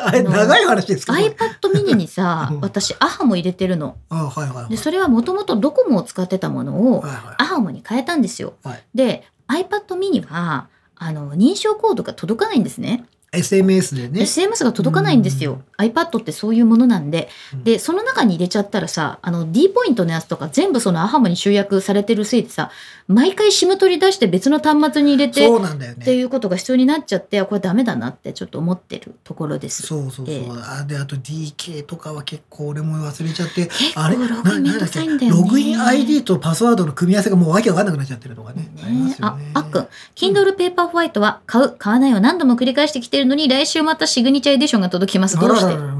B: あれ長い話ですけど。
A: iPad ミニにさ
B: うん
A: 私アハモ入れてるの
B: あはいはいはい
A: で。それはもともとドコモを使ってたものを
B: はいは
A: アハモに変えたんですよ、
B: はい
A: で iPad ミニはあの認証コードが届かないんですね
B: い SMS でね。
A: SMS が届かないんですよ iPad ってそういうものなんで
B: うん
A: でその中に入れちゃったらさあの D ポイントのやつとか全部そのアハモに集約されてるせいでさ毎回 SIM 取り出して別の端末に入れて
B: そうなんだよ
A: って
B: ね。
A: いうことが必要になっちゃってあこれダメだなってちょっと思ってるところです。
B: そうそうそう。
A: ええ
B: あであと DK とかは結構俺も忘れちゃって。
A: 結構
B: あ
A: ロ
B: れ
A: グ
B: な
A: インめんどくさいんだよね。
B: ログイン ID とパスワードの組み合わせがもうわけわかんなくなっちゃってるとかね。ありますよ
A: あ
B: ね。
A: あっくん、Kindle Paperwhite は買う、買わないを何度も繰り返してきてるのに、来週またシグニチャーエディションが届きます。どうし
B: あ
A: て
B: らららら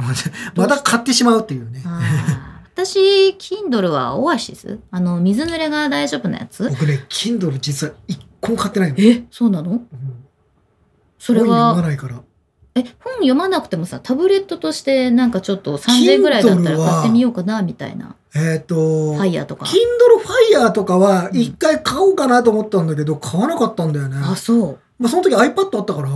B: また買ってしまうっていうね。
A: あー私、Kindle はオアシスあの、水濡れが大丈夫なやつ
B: 僕ね、Kindle 実は一個も買ってないの。
A: えそうなの
B: うん
A: それ
B: 本読ま
A: は、
B: ないから。
A: え、本読まなくてもさ、タブレットとしてなんかちょっと3000円ぐらいだったら
B: Kindle は
A: 買ってみようかな、みたいな。
B: えっ、と、
A: ファイヤーとか。
B: Kindle Fire とかは
A: うん
B: 一回買おうかなと思ったんだけど、買わなかったんだよね。
A: あ、そう。
B: まあ、その時 iPad あったから、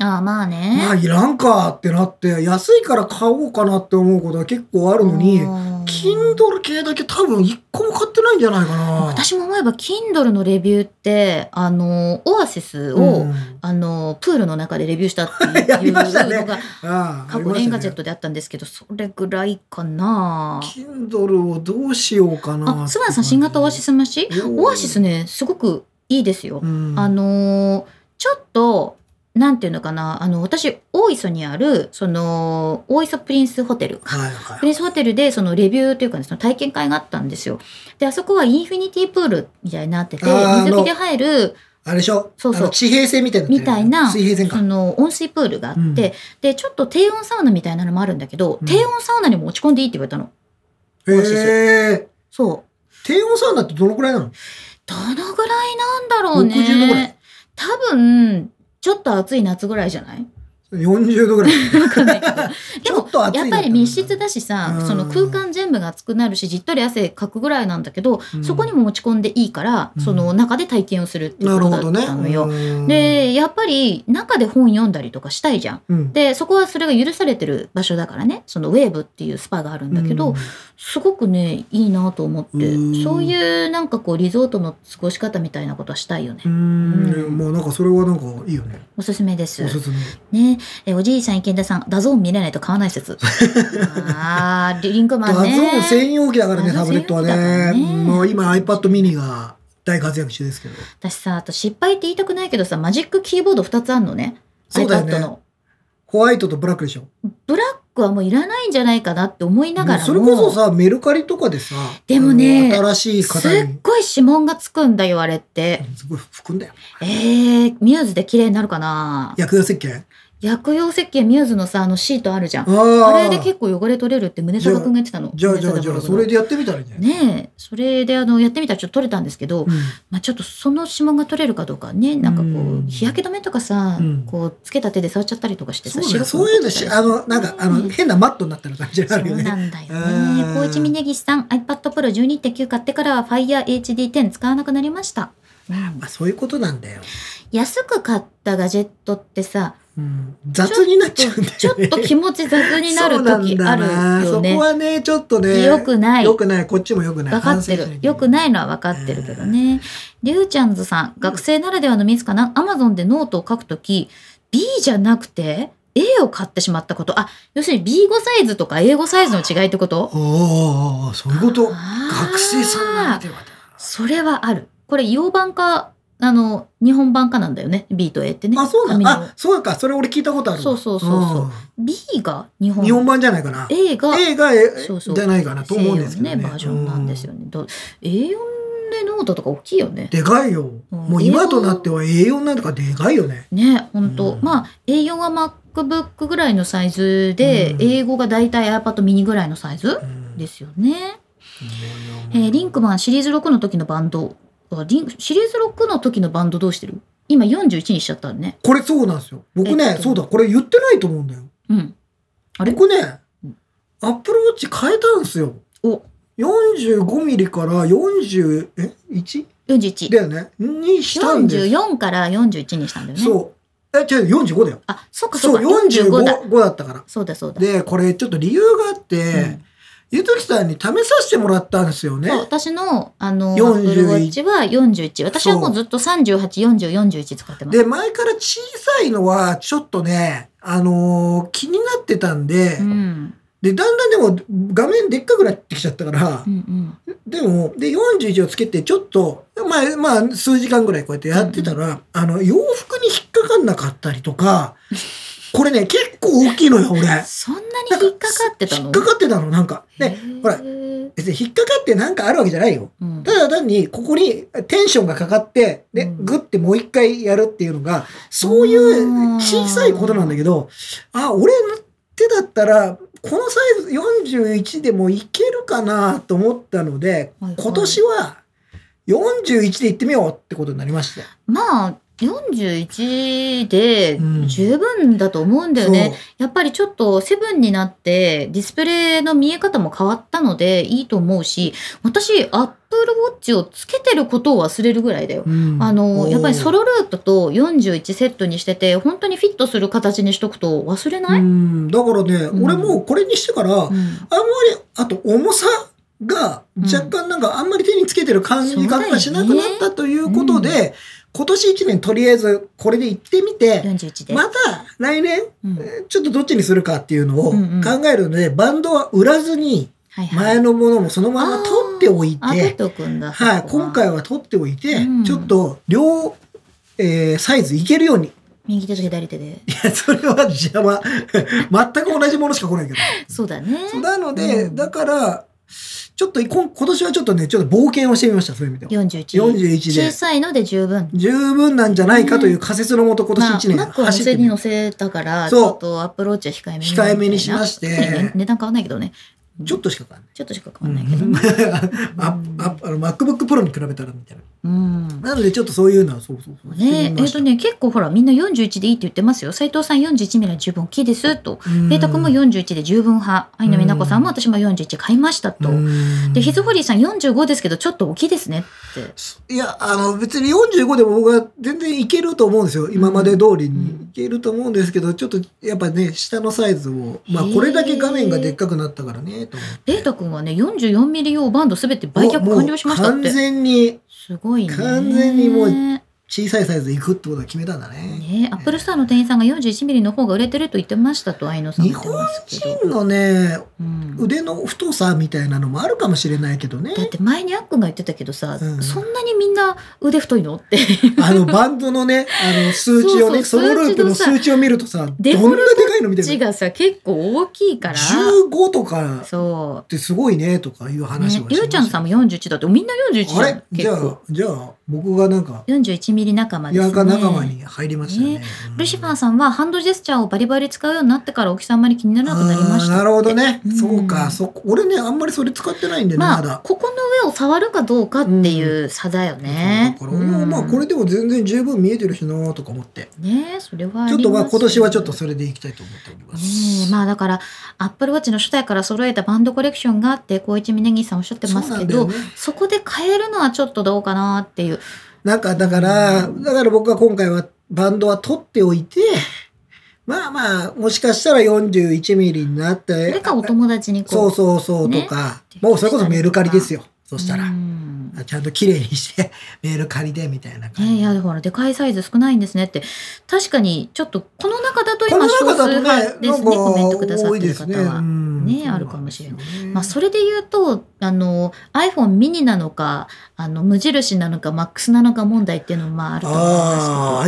A: あーまあね。
B: まあいらんかってなって、安いから買おうかなって思うことは結構あるのに、
A: あー
B: Kindle 系だけ多分一個も買ってないんじゃないかな。
A: 私も思えば Kindle のレビューってあのオアシスを、
B: うん
A: あのプールの中でレビューしたってい
B: やり
A: う
B: ましたね
A: のが
B: ああ
A: 過去レンガジェッ
B: ト。
A: トであったんですけどそれぐらいかな
B: Kindle をどうしようかな。
A: あスマさん新型オアシ
B: ス。
A: ス増しオアシス
B: ね。
A: ねすごくいいですよ、
B: うん
A: あのーちょっとなんていうのかなあの私大磯にあるその大磯プリンスホテルか
B: はいは
A: プリンスホテルでそのレビューというかねその体験会があったんですよ。であそこはインフィニティプールみたいになってて
B: あー
A: 水着で入る
B: あれでしょ
A: そうそう
B: あの地平線みたいなのって
A: みたいな
B: 水平線
A: そ
B: か。
A: の温水プールがあって、
B: うん
A: でちょっと低温サウナみたいなのもあるんだけど、
B: うん
A: 低温サウナにも落ち込んでいいって言われたの。
B: へ
A: オアシス
B: え。
A: そう
B: 低温サウナってどのくらいなの
A: どのぐらいなんだろうね。
B: 60度ぐらい
A: 多分ちょっと暑い夏ぐらいじゃない
B: ?40 度ぐらい。
A: わかん ないけどで
B: ちょ
A: も
B: っと暑い
A: やっぱり密室だしさ、
B: うん
A: その空間全部が熱くなるしじっとり汗かくぐらいなんだけど、
B: うん
A: そこにも持ち込んでいいから、
B: うん
A: その中で体験をするっていう
B: なる
A: こ
B: ほど
A: とだ
B: ね
A: ったのよ。。
B: うん、
A: でやっぱり中で本読んだりとかしたいじゃん。
B: うん、
A: でそこはそれが許されてる場所だからねそのウェーブっていうスパがあるんだけど、
B: うん
A: すごくねいいなと思って
B: うん
A: そういうなんかこうリゾートの過ごし方みたいなことはしたいよね
B: うー、
A: うんん
B: まあなんかそれはなんかいいよね。
A: おすすめです
B: おすすめ。
A: ねえおじいさん池田さんダゾーン見れないと買わない説あーリンクマン
B: ダゾ
A: ね
B: ーン専用機だからね、
A: ダ
B: タ
A: ゾ
B: ブ
A: ー
B: レ
A: ン
B: ットは
A: 専用機だから
B: ね。
A: ね
B: もう今 iPad mini が大活躍中ですけど。
A: 私さあと失敗って言いたくないけどさマジックキーボード2つあんのね
B: そうだよね
A: iPad の
B: ホワイトとブラックでしょ。
A: ブラックはもういらないんじゃないかなって思いながらも
B: それこそさ、メルカリとかでさ、
A: でもね
B: あの新しい
A: す
B: 方
A: っ
B: に、
A: ごい指紋がつくんだよあれって
B: すごい含んだよ。
A: えー、ミューズで綺麗になるかな
B: 薬用石鹸
A: 薬用石鹸ミューズのさ、あのシートあるじゃん。
B: あ
A: あ
B: あ
A: れで結構汚れ取れるって宗坂くんが言ってたの。
B: じゃあ
A: 宗
B: じゃあ
A: 像
B: じゃあ、
A: ブログ
B: そ
A: の
B: れでやってみたらいいんじゃない、
A: ねえ、それであの、やってみたらちょっと取れたんですけど、まあちょっとその指紋が取れるかどうかね、なんかこ
B: うん
A: う、日焼け止めとかさ
B: うん、
A: こう、つけた手で触っちゃったりとかして
B: そ
A: さ、
B: うだよそういうのし、あの、なんか、あの、変なマットになってる感じが
A: そ
B: あるよ
A: うな
B: ね。
A: んだよ
B: う
A: ね。
B: ん
A: 高一峰岸さん、iPad Pro 12.9買ってからは Fire HD10 使わなくなりました。うん
B: まあ、そういうことなんだよ。
A: 安く買ったガジェットってさ、
B: うん、雑になっちゃうんだよ、ね。
A: ちょっと気持ち雑になる時ある
B: そ
A: よ
B: うなんだなそ
A: ね
B: こ。はね、ちょっとね。
A: 良くない。
B: よ
A: 分
B: くない。こっちもよくない。
A: かって
B: 反省し
A: る
B: き。ゃ
A: 良くないのは分かってるけどね。りゅうちゃんずさん、学生ならではのミスかな。アマゾンでノートを書くとき、B じゃなくて A を買ってしまったこと。あ、要するに B5 サイズとか A5 サイズの違いってこと
B: おーおーおーそういうこ
A: あ
B: と。
A: ー
B: 学生さんならではだ。
A: それはある。これ、洋版か、あの、日本版かなんだよね。B と A ってね。
B: あ、そうなん
A: 紙
B: だ。あ
A: の、
B: そうか。それ俺聞いたことあるわ。
A: そうそうそうそうん B が日本
B: 日本版じゃないかな。
A: A が
B: A がえ
A: そうそう
B: じゃないかなと思うんですけどね。
A: 西洋のねバージョンなんですよね。ど A4 でノートとか大きいよね
B: うん。。でかいよ。
A: うん
B: もう今となっては A4 なんとかでかいよね。
A: ね本当、
B: うん
A: まあ A4 は MacBook ぐらいのサイズで、
B: うん
A: 英語がだいたい iPad mini ぐらいのサイズ
B: うん
A: ですよね。
B: うん
A: えーリンクマンシリーズ6の時のバンドあリンシリーズ6の時のバンドどうしてる今41にしちゃったね。
B: これそうなんですよ。僕
A: え
B: ね
A: っ、と
B: そうだ、これ言ってないと思うんだよ。
A: うん。あれ
B: 僕ね
A: うん、
B: アップルウォッチ変えたんですよ。
A: お
B: 45ミリから40、え ?1?
A: 41。
B: だよねにしたんです。
A: 44から41にしたんだよね。
B: そう。え、違う、45だよ。
A: あ、そっかそ
B: そうう、
A: か。45だ。
B: 45五だったから。
A: そうだそうだ。
B: で、これちょっと理由があって、
A: うん
B: ゆときさんに試させてもらったんですよね
A: そう。私の、あの、
B: 41
A: Apple Watch は41。私はもうずっと38、40、41使ってます。
B: で、前から小さいのは、ちょっとね、あのー気になってたんで、
A: うん。
B: で、だんだんでも、画面でっかくなってきちゃったから
A: うんう、ん。
B: でも、で、41をつけて、ちょっと、まあ、まあ、数時間ぐらいこうやってやってたら、あの、洋服に引っかかんなかったりとか、これね、結構大きい のよ、俺。
A: そんなに引っかかってたの
B: 引っかかってたの、なんか。
A: へ
B: で、
A: ー
B: ほら別に引っかかってなんかあるわけじゃないよ。
A: うん
B: ただ単に、ここにテンションがかかって、で、
A: うん
B: グッてもう一回やるっていうのが、そういう小さいことなんだけど、あ、俺の手だったら、このサイズ41でもいけるかなと思ったので、
A: はいはい
B: 今年は41で行ってみようってことになりました。
A: まあ、41で
B: うん
A: 十分だと思うんだよね。やっぱりちょっとセブンになってディスプレイの見え方も変わったのでいいと思うし、私、アップルウォッチをつけてることを忘れるぐらいだよ
B: そう。。うん
A: あの、やっぱりソ
B: おー
A: ロルートと41セットにしてて、本当にフィットする形にしとくと忘れない、
B: うん、だからね、
A: ん
B: 俺もうこれにしてから、あんま
A: うん
B: り、あと重さが若干なんかあんまり手につけてる感じ感がしなくなったということで、
A: そうだ
B: 今年1年とりあえずこれで行ってみて、
A: ?41 で。
B: また来年
A: うん
B: ちょっとどっちにするかっていうのを
A: う
B: 考
A: んうん
B: えるので、バンドは売らずに
A: はいはい。
B: 前のものもそのまま取っておい、
A: あ、取ってておくんだ。
B: はい、
A: そこ
B: 今回は取っておいて、
A: うん
B: ちょっと両、えーサイズいけるように。い
A: 右手と左手で。
B: や、それは邪魔。全く同じものしか来ないけど。
A: そうだね。
B: そうなので、
A: うん
B: だから、ちょっと今今年はちょっとね、ちょっと冒険をしてみました、そういう意味では。
A: 41。
B: 41
A: 小
B: で。
A: さいので十分。
B: 十分なんじゃないかという仮説のもと、今年
A: まあ、
B: 1年
A: マックは乗
B: 走っ
A: せ
B: て
A: に
B: みる
A: 乗せたから、ち
B: そう
A: ょっとアップローチは控えめに。
B: 控えめにしまして
A: ね値段変わんないけどね。
B: ちょっとしか買わない。
A: ちょっとしか
B: う
A: 変わんないけど
B: ん
A: ね。
B: あああの MacBook Pro に比べたらみたいな。
A: うん。
B: なのでちょっとそういうのはそうそうそう。
A: ねえ
B: っ
A: ーとね、結構ほら、みんな41でいいって言ってますよ。斉藤さん41ミラ十分大きいですと。平太くんも41で十分派。愛の美奈子さんも私も41買いましたと。で、ヒズホリーさん45ですけど、ちょっと大きいですねって。
B: いやあの別に45でも僕は全然いけると思うんですよ今まで通りにいけると思うんですけど、ちょっとやっぱね下のサイズを、まあ、
A: へー
B: これだけ画面がでっかくなったからねと思って
A: 平太くんはね、44ミリ用バンドすべて売却完了しましたっ
B: もう完
A: て。
B: 全に
A: すごいね。
B: 完全にもう
A: ね
B: 小さいサイズでいくってことは決めたんだ
A: え、
B: ね
A: アップルスターの店員さんが41ミリの方が売れてると言ってましたと、愛のさん
B: 日
A: 言って
B: 本
A: ますけど。
B: 人のね
A: うん
B: 腕の太さみたいなのもあるかもしれないけどね
A: だ って前にあっくんが言ってたけどさ、
B: うん
A: そんなにみんな腕太いのって。
B: あのバンドのね、あの数値をね、
A: そ
B: そう
A: そう
B: のループの
A: 数値のさ
B: 数値を見るとさ、どんなで
A: デフォルト
B: かいの見て
A: 字
B: る
A: がさ、結構大きいから。
B: 15とかっ
A: そう。
B: てすごいねとかいう話
A: ね
B: を、
A: ゆうちゃんさん
B: も
A: も41だってみんな41じ
B: あ
A: ゃ
B: れ
A: ん
B: じ
A: 結
B: ゃ
A: 構
B: あ、じゃあ僕がなんか、
A: 41ミリ仲間
B: い
A: で
B: や
A: すね
B: か仲間に入りましたね。うん
A: ルシファーさんはハンドジェスチャーをバリバリ使うようになってから大きさあんまり気にならなくなりました
B: あーなるほどね
A: うん。
B: そうか、そこ俺ね、あんまりそれ使ってないんでね、
A: ま
B: ま
A: あ
B: だ。
A: ここの上を触るかどうかっていう差だよね、
B: そうだから、
A: うん
B: まあこれでも全然十分見えてるしなとか思って。
A: ねそれはりす
B: ちょっとまあ今年はちょっとそれでいきたいと思っておりま
A: ね
B: す。
A: えまあだからアップルウォッチの初代から揃えたバンドコレクションがあって光一峰岸さんおっしゃってます
B: そうな
A: け
B: んだよ
A: どそ,、
B: ね
A: こで変えるのはちょっとどうかなっていう
B: なんかだから、だから僕は今回はバンドは取っておいて、まあまあ、もしかしたら41ミリになっ
A: そ
B: て、
A: れかお友達に
B: そ
A: こう
B: うそうそうとか、
A: ね
B: もうそれこそメルカリですよ。そしたら、
A: うん
B: ちゃんと綺麗にして、 メルカリでみたいな感
A: ね、い
B: じ。
A: やほらでかいサイズ少ないんですねって確かにちょっとこの中だと
B: この
A: 今少数
B: 中だとね、
A: 派
B: なん
A: で
B: か
A: すねコメントくださっ
B: 多い
A: て
B: で
A: る
B: す
A: 方
B: ね。
A: は。
B: うん
A: ねあるかもしれない。
B: そう
A: まあ、それで言うとあの iPhone ミニなのかあの無印なのか MAX なのか問題っていうのもまああると思い
B: あ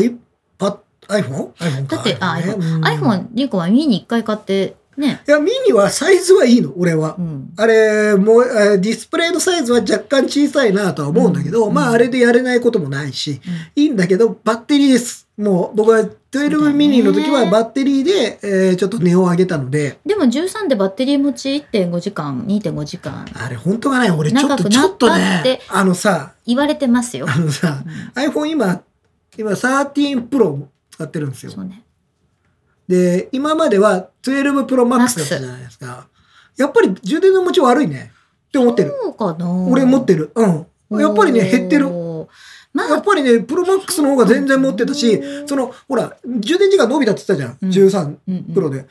A: ます
B: あ、iPad、iPhone? iPhone
A: け
B: か。
A: どだってあ iPhone
B: うん
A: iPhone リンコはミニ1回買ってね、
B: いや、ミニはサイズはいいの、俺は
A: う。ん、
B: あれもうえーディスプレイのサイズは若干小さいなとは思うんだけど、
A: うん
B: ま
A: う
B: あ
A: ん
B: あれでやれないこともないし、
A: うん
B: いいんだけどバッテリーですもう僕は12ミニの時はバッテリーで、えーちょっと値を上げたので
A: でも13でバッテリー持ち1.5時間2.5時間
B: あれ本当がない俺ちょっ
A: 長く
B: とち
A: な
B: ょ
A: っ
B: っと
A: たって
B: ねあのさ
A: 言われてますよ。
B: あのさ
A: う、ん
B: iPhone 今今13 Pro も使ってるんですよ
A: そうね
B: で今までは12 Pro Max だったじゃないですかやっぱり充電の持ち悪いねって思ってる
A: そうかな
B: 俺持ってるうんやっぱりね減ってる
A: おーま
B: やっ
A: あ、
B: ぱりね、プロマックスの方が全然持ってたし、その、ほら、充電時間伸びたって言ったじゃん。13
A: うんうん
B: プロで。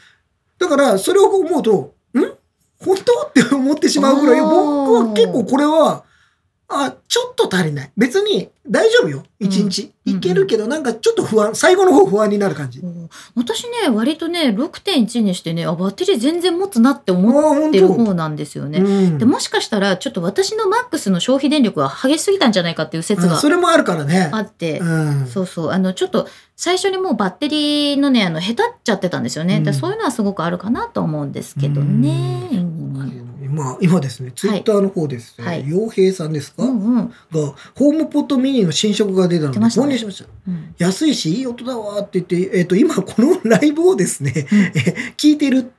B: だから、それを思うと、ん本当って思ってしまうぐらい、
A: あー
B: 僕は結構これは、あ、ちょっと足りない。別に大丈夫よ。1日。
A: うん
B: いけるけど、なんかちょっと不安。最後の方不安になる感じ。あ
A: うん私ね割とね6.1にしてねあバッテリー全然持つなって
B: あー、
A: 思っ
B: 本
A: てる
B: 当
A: 方なんですよね。
B: うん
A: でもしかしたらちょっと私のマックスの消費電力が激しすぎたんじゃないかっていう説
B: うん
A: が
B: それもあるからね
A: あ。って、
B: うん。
A: そうそうあのちょっと最初にもうバッテリーのねあの下手っちゃってたんですよね、
B: うん
A: だからそういうのはすごくあるかなと思うんですけどね。うん
B: まあ、今ですね、ツイッターの方です
A: は
B: ね、
A: い
B: 洋平さんですか、
A: うんうん
B: が、ホームポットミニの新色が出たので
A: 出ました
B: 購
A: ね
B: 入しました。
A: うん
B: 安いし、いい音だわって言って、えっ、と、今このライブをですね、 聞いてる。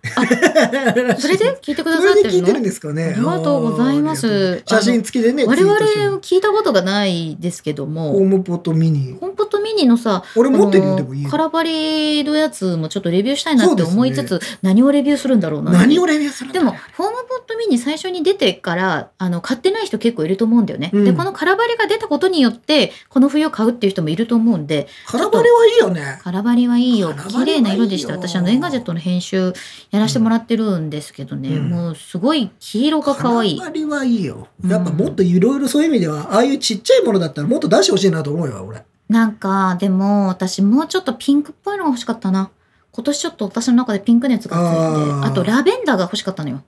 A: それで聞いてくだ
B: そ
A: さっ
B: れ
A: てる
B: で聞い
A: の
B: てるんですかね。
A: ありがとうございます
B: あーありがとう写真付きでね、
A: 我
B: ツイートして
A: 々
B: も
A: 聞いたことがないですけど
B: ホー
A: も
B: ムポットミニ。
A: コンポットミニのさ
B: 俺持ってる
A: あ
B: よ、
A: の
B: でも家に
A: カラバリのやつもちょっとレビューしたいな
B: そ
A: っ
B: う
A: て
B: ですね
A: 思いつつ、何をレビューするんだろうな
B: 何をレビューするん
A: で
B: だ
A: もホームポットミニ最初に出てからあの買ってない人結構いると思うんだよね、
B: うん
A: でこのカラバリが出たことによってこの冬買うっていう人もいると思うんで
B: カラバレはいいよね。
A: カラバリはいいよ
B: カラバリは
A: 綺麗な色でした
B: いいよ
A: 私あのエンガジェットの編集やらせてもらってるんですけどね、
B: うん
A: もうすごい黄色が可愛い
B: カラバレはいいよ。やっぱもっといろいろそういう意味では、ああいうちっちゃいものだったらもっと出してほしいなと思うよ、俺。
A: なんかでも私もうちょっとピンクっぽいのが欲しかったな今年ちょっと私の中でピンク熱がついて
B: あ
A: あ
B: ー
A: とラベンダーが欲しかったのよ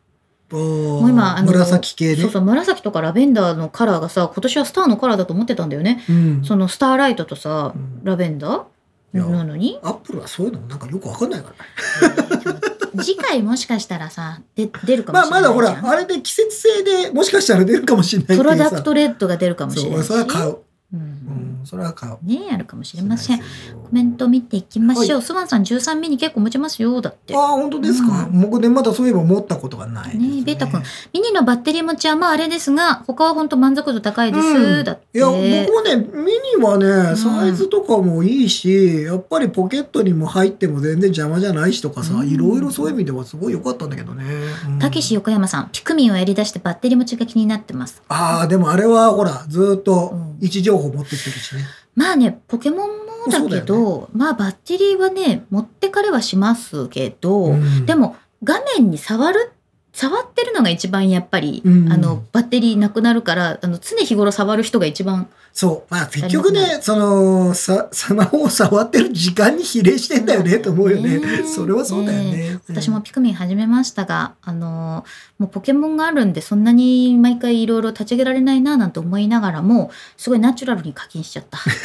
B: も
A: う今あの
B: 紫系ね。
A: そうそう紫とかラベンダーのカラーがさ今年はスターのカラーだと思ってたんだよね
B: うん
A: そのスターライトとさ
B: うん
A: ラベンダー
B: いや
A: なのに
B: アップルはそういうのもなんかよくわかんないからね。
A: 次回もしかしたらさで出るかも
B: まあ
A: しれな
B: ま
A: いじ
B: だ
A: ゃん、
B: ほら、あれで季節性でもしかしたら出るかもしれないって
A: プ
B: いうさ
A: ロダクトレッドが出るかもし
B: そ
A: れ
B: う、
A: な
B: 俺
A: いし
B: それは買う。
A: う
B: うんん、それは買う。
A: ねえあるかもしれません
B: 知らないですよ
A: コメント見ていきましょう、スワンさん13目に結構持ちますよだって
B: ああ、本当ですか。
A: うん
B: 僕ね、まだそういえば持ったことがないです、
A: ねえベータ君ミニのバッテリー持ちはまああれですが他は本当満足度高いです、
B: うん
A: だって
B: いや、僕もね、ミニはね、
A: ん
B: サイズとかもいいし、やっぱりポケットにも入っても全然邪魔じゃないしとかさ、
A: うん
B: いろいろそういう意味ではすごい良かったんだけどね。うん
A: たけし横山さんピクミンをやりだしてバッテリー持ちが気になってます
B: ああ、でもあれはほら、ずーっと
A: うん
B: 位置情報持ってってるしね。
A: まあねポケモンもだけ
B: そうだ
A: どまあバッテリーはね持ってかれはしますけど、
B: うん
A: でも画面に触る触ってるのが一番やっぱり、
B: うん
A: あのバッテリーなくなるからあの常日頃触る人が一番
B: そう。まあ、結局
A: やり
B: ね、その、さ、スマホを触ってる時間に比例してんだよね、と思うよ
A: ね
B: ね。それはそうだよね。うん
A: 私もピクミン始めましたが、あのもうポケモンがあるんでそんなに毎回いろいろ立ち上げられないななんて思いながらもすごいナチュラルに課金しちゃった
B: 課金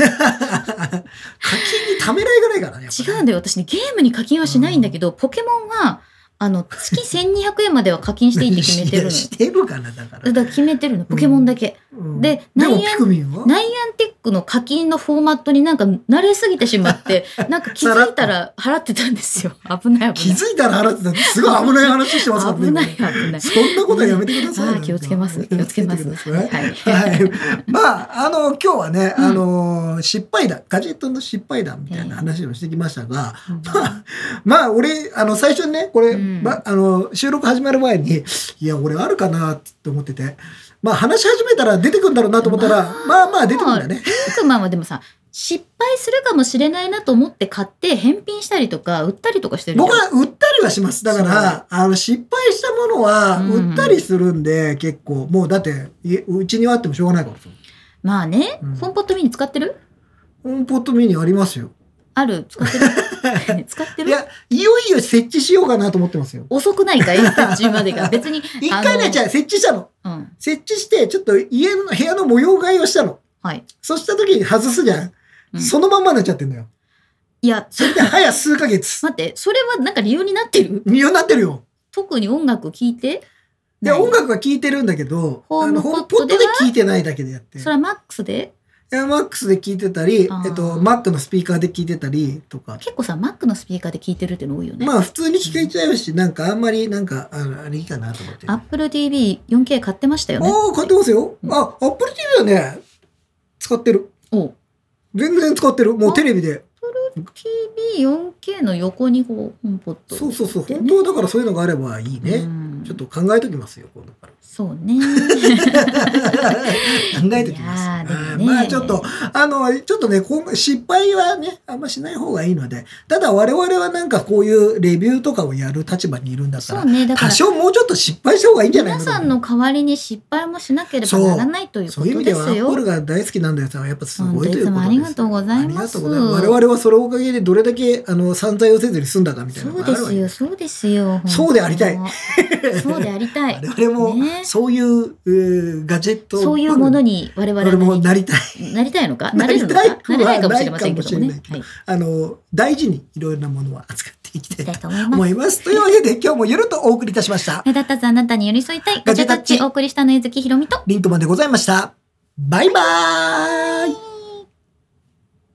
B: にためらいがないからね。やっぱ
A: 違うんだよ私ねゲームに課金はしないんだけど、ポケモンはあの月1200円までは課金していいって決めて るのよ
B: してるかな、だから
A: だ。から決めてるのポケモンだけ、
B: うん
A: で
B: で
A: ナイ
B: も
A: アン
B: ピクミンは
A: ナイアンテックの課金のフォーマットになんか慣れすぎてしま って、なんか気づいたら払ってたんですよ。危ない
B: 気
A: 危ない。
B: づいたら払ってたってすごい危ない話してますからね。
A: 危ない
B: 今
A: 危ない。
B: そんなことはやめてください
A: あ
B: よ。
A: あ気をつけます。気をつけます。はい。
B: はい。まあ、あの、今日はね、
A: うん
B: あの、失敗談、ガジェットの失敗談みたいな話をしてきましたが、まあ、まあ、俺、あの、最初にね、これ、
A: うん
B: ま、あの、収録始まる前に、いや、俺あるかなって思ってて、まあ、話し始めたら出てくるんだろうなと思ったら、まあまあ出てくるんだね。
A: ピクマンはでもさ、失敗するかもしれないなと思って買って返品したりとか売ったりとかしてるじゃん
B: 僕は売ったりはします。だから、あの、失敗したものは
A: うん
B: 売ったりするんで、結構、もうだって、いうちにはあってもしょうがないから。
A: まあね、
B: うん
A: コンポットミニ使ってる
B: ホームポットミニありますよ。
A: ある使って る使って
B: い
A: る
B: や、いよいよ設置しようかなと思ってますよ。
A: 遅くないかい途中までが。別に。
B: 一回ね、じゃあ設置したの。
A: あのうん。
B: 設置して、ちょっと家の、部屋の模様替えをしたの。
A: はい。
B: そうした時に外すじゃん。
A: うん
B: そのまんまになっちゃってんだよ。
A: いや、それ
B: で、早数ヶ 月。
A: 待って、それはなんか理由になってる
B: にようになってるよ。
A: 特に音楽を聴いて
B: で、
A: ない
B: 音楽は聴いてるんだけど、
A: ホー
B: あ
A: ム
B: の、
A: ポッ
B: ホ
A: ト
B: ームポット
A: で
B: で
A: は
B: 聴いてないだけでやって。
A: それはマックスで
B: エアマックスで聴いてたり
A: あ、ー
B: えっと、Mac のスピーカーで聴いてたりとか。
A: 結構さマックのスピーカーで聴いてるっていうの多いよね、
B: まあ、普通に聴けちゃうし、なんかあんまり、なんか、あのあれいいかなと思って。
A: AppleTV4K 買ってましたよね
B: ああ、買ってますよ。
A: うん
B: あ、Apple TV はね、使ってる。
A: おう
B: 全然使ってる。もうテレビで。
A: TV4K の横にこうホームポット
B: そうそうそう。
A: ってね
B: 本当はだからそういうのがあればいいね。
A: うんん
B: ちょっと考えときますよ、今度 から。
A: そうね
B: 考えときます。
A: いやーでもね
B: はいまあちょっと、あの、ちょっとね、今回失敗はね、あんましない方がいいので、ただ我々はなんかこういうレビューとかをやる立場にいるんだった
A: そう
B: ら、
A: ねだか
B: 多
A: ら
B: 少もうちょっと失敗した方がいいんじゃない
A: 皆
B: か
A: さん
B: な
A: の代わりに失敗もしなければ
B: そう
A: ならないというこ
B: そういう意
A: と
B: 味で
A: で
B: は、ア
A: す
B: ッ
A: よ
B: プルが大好きなんだやつはやっぱすごいという
A: 本当いつ
B: ことです。
A: もありがとうございます
B: ありがとうございます我々はそれをおかげでどれだけ、あの、散財をせずに済んだかみたいな
A: そ
B: の
A: う
B: があ
A: で
B: るわ
A: す
B: け
A: よそうですよ
B: そうでありたい
A: 本当そうであり たい
B: 我々も、
A: ね
B: そういううーガジェット
A: そういうものに我々
B: 我々も
A: は
B: なりたい。
A: なりたいのかなれるのか
B: なりた
A: な
B: くは
A: れないかもしれませんけども
B: な
A: ね
B: いかも
A: はい
B: しれなあの、大事にいろいろなものは扱っていきた
A: いき
B: い
A: たい
B: と
A: と思います
B: 思い ます。というわけで、今日もゆるっとお送りいたしました。
A: 目立たずあなたに寄り添いたいガ
B: ガ
A: ジ
B: ジ
A: ェ
B: ェ
A: タ
B: タ
A: ッ
B: ッ
A: チ
B: チ
A: お送りしたのゆずきひろみと
B: リンクマンでございました。バイバーイ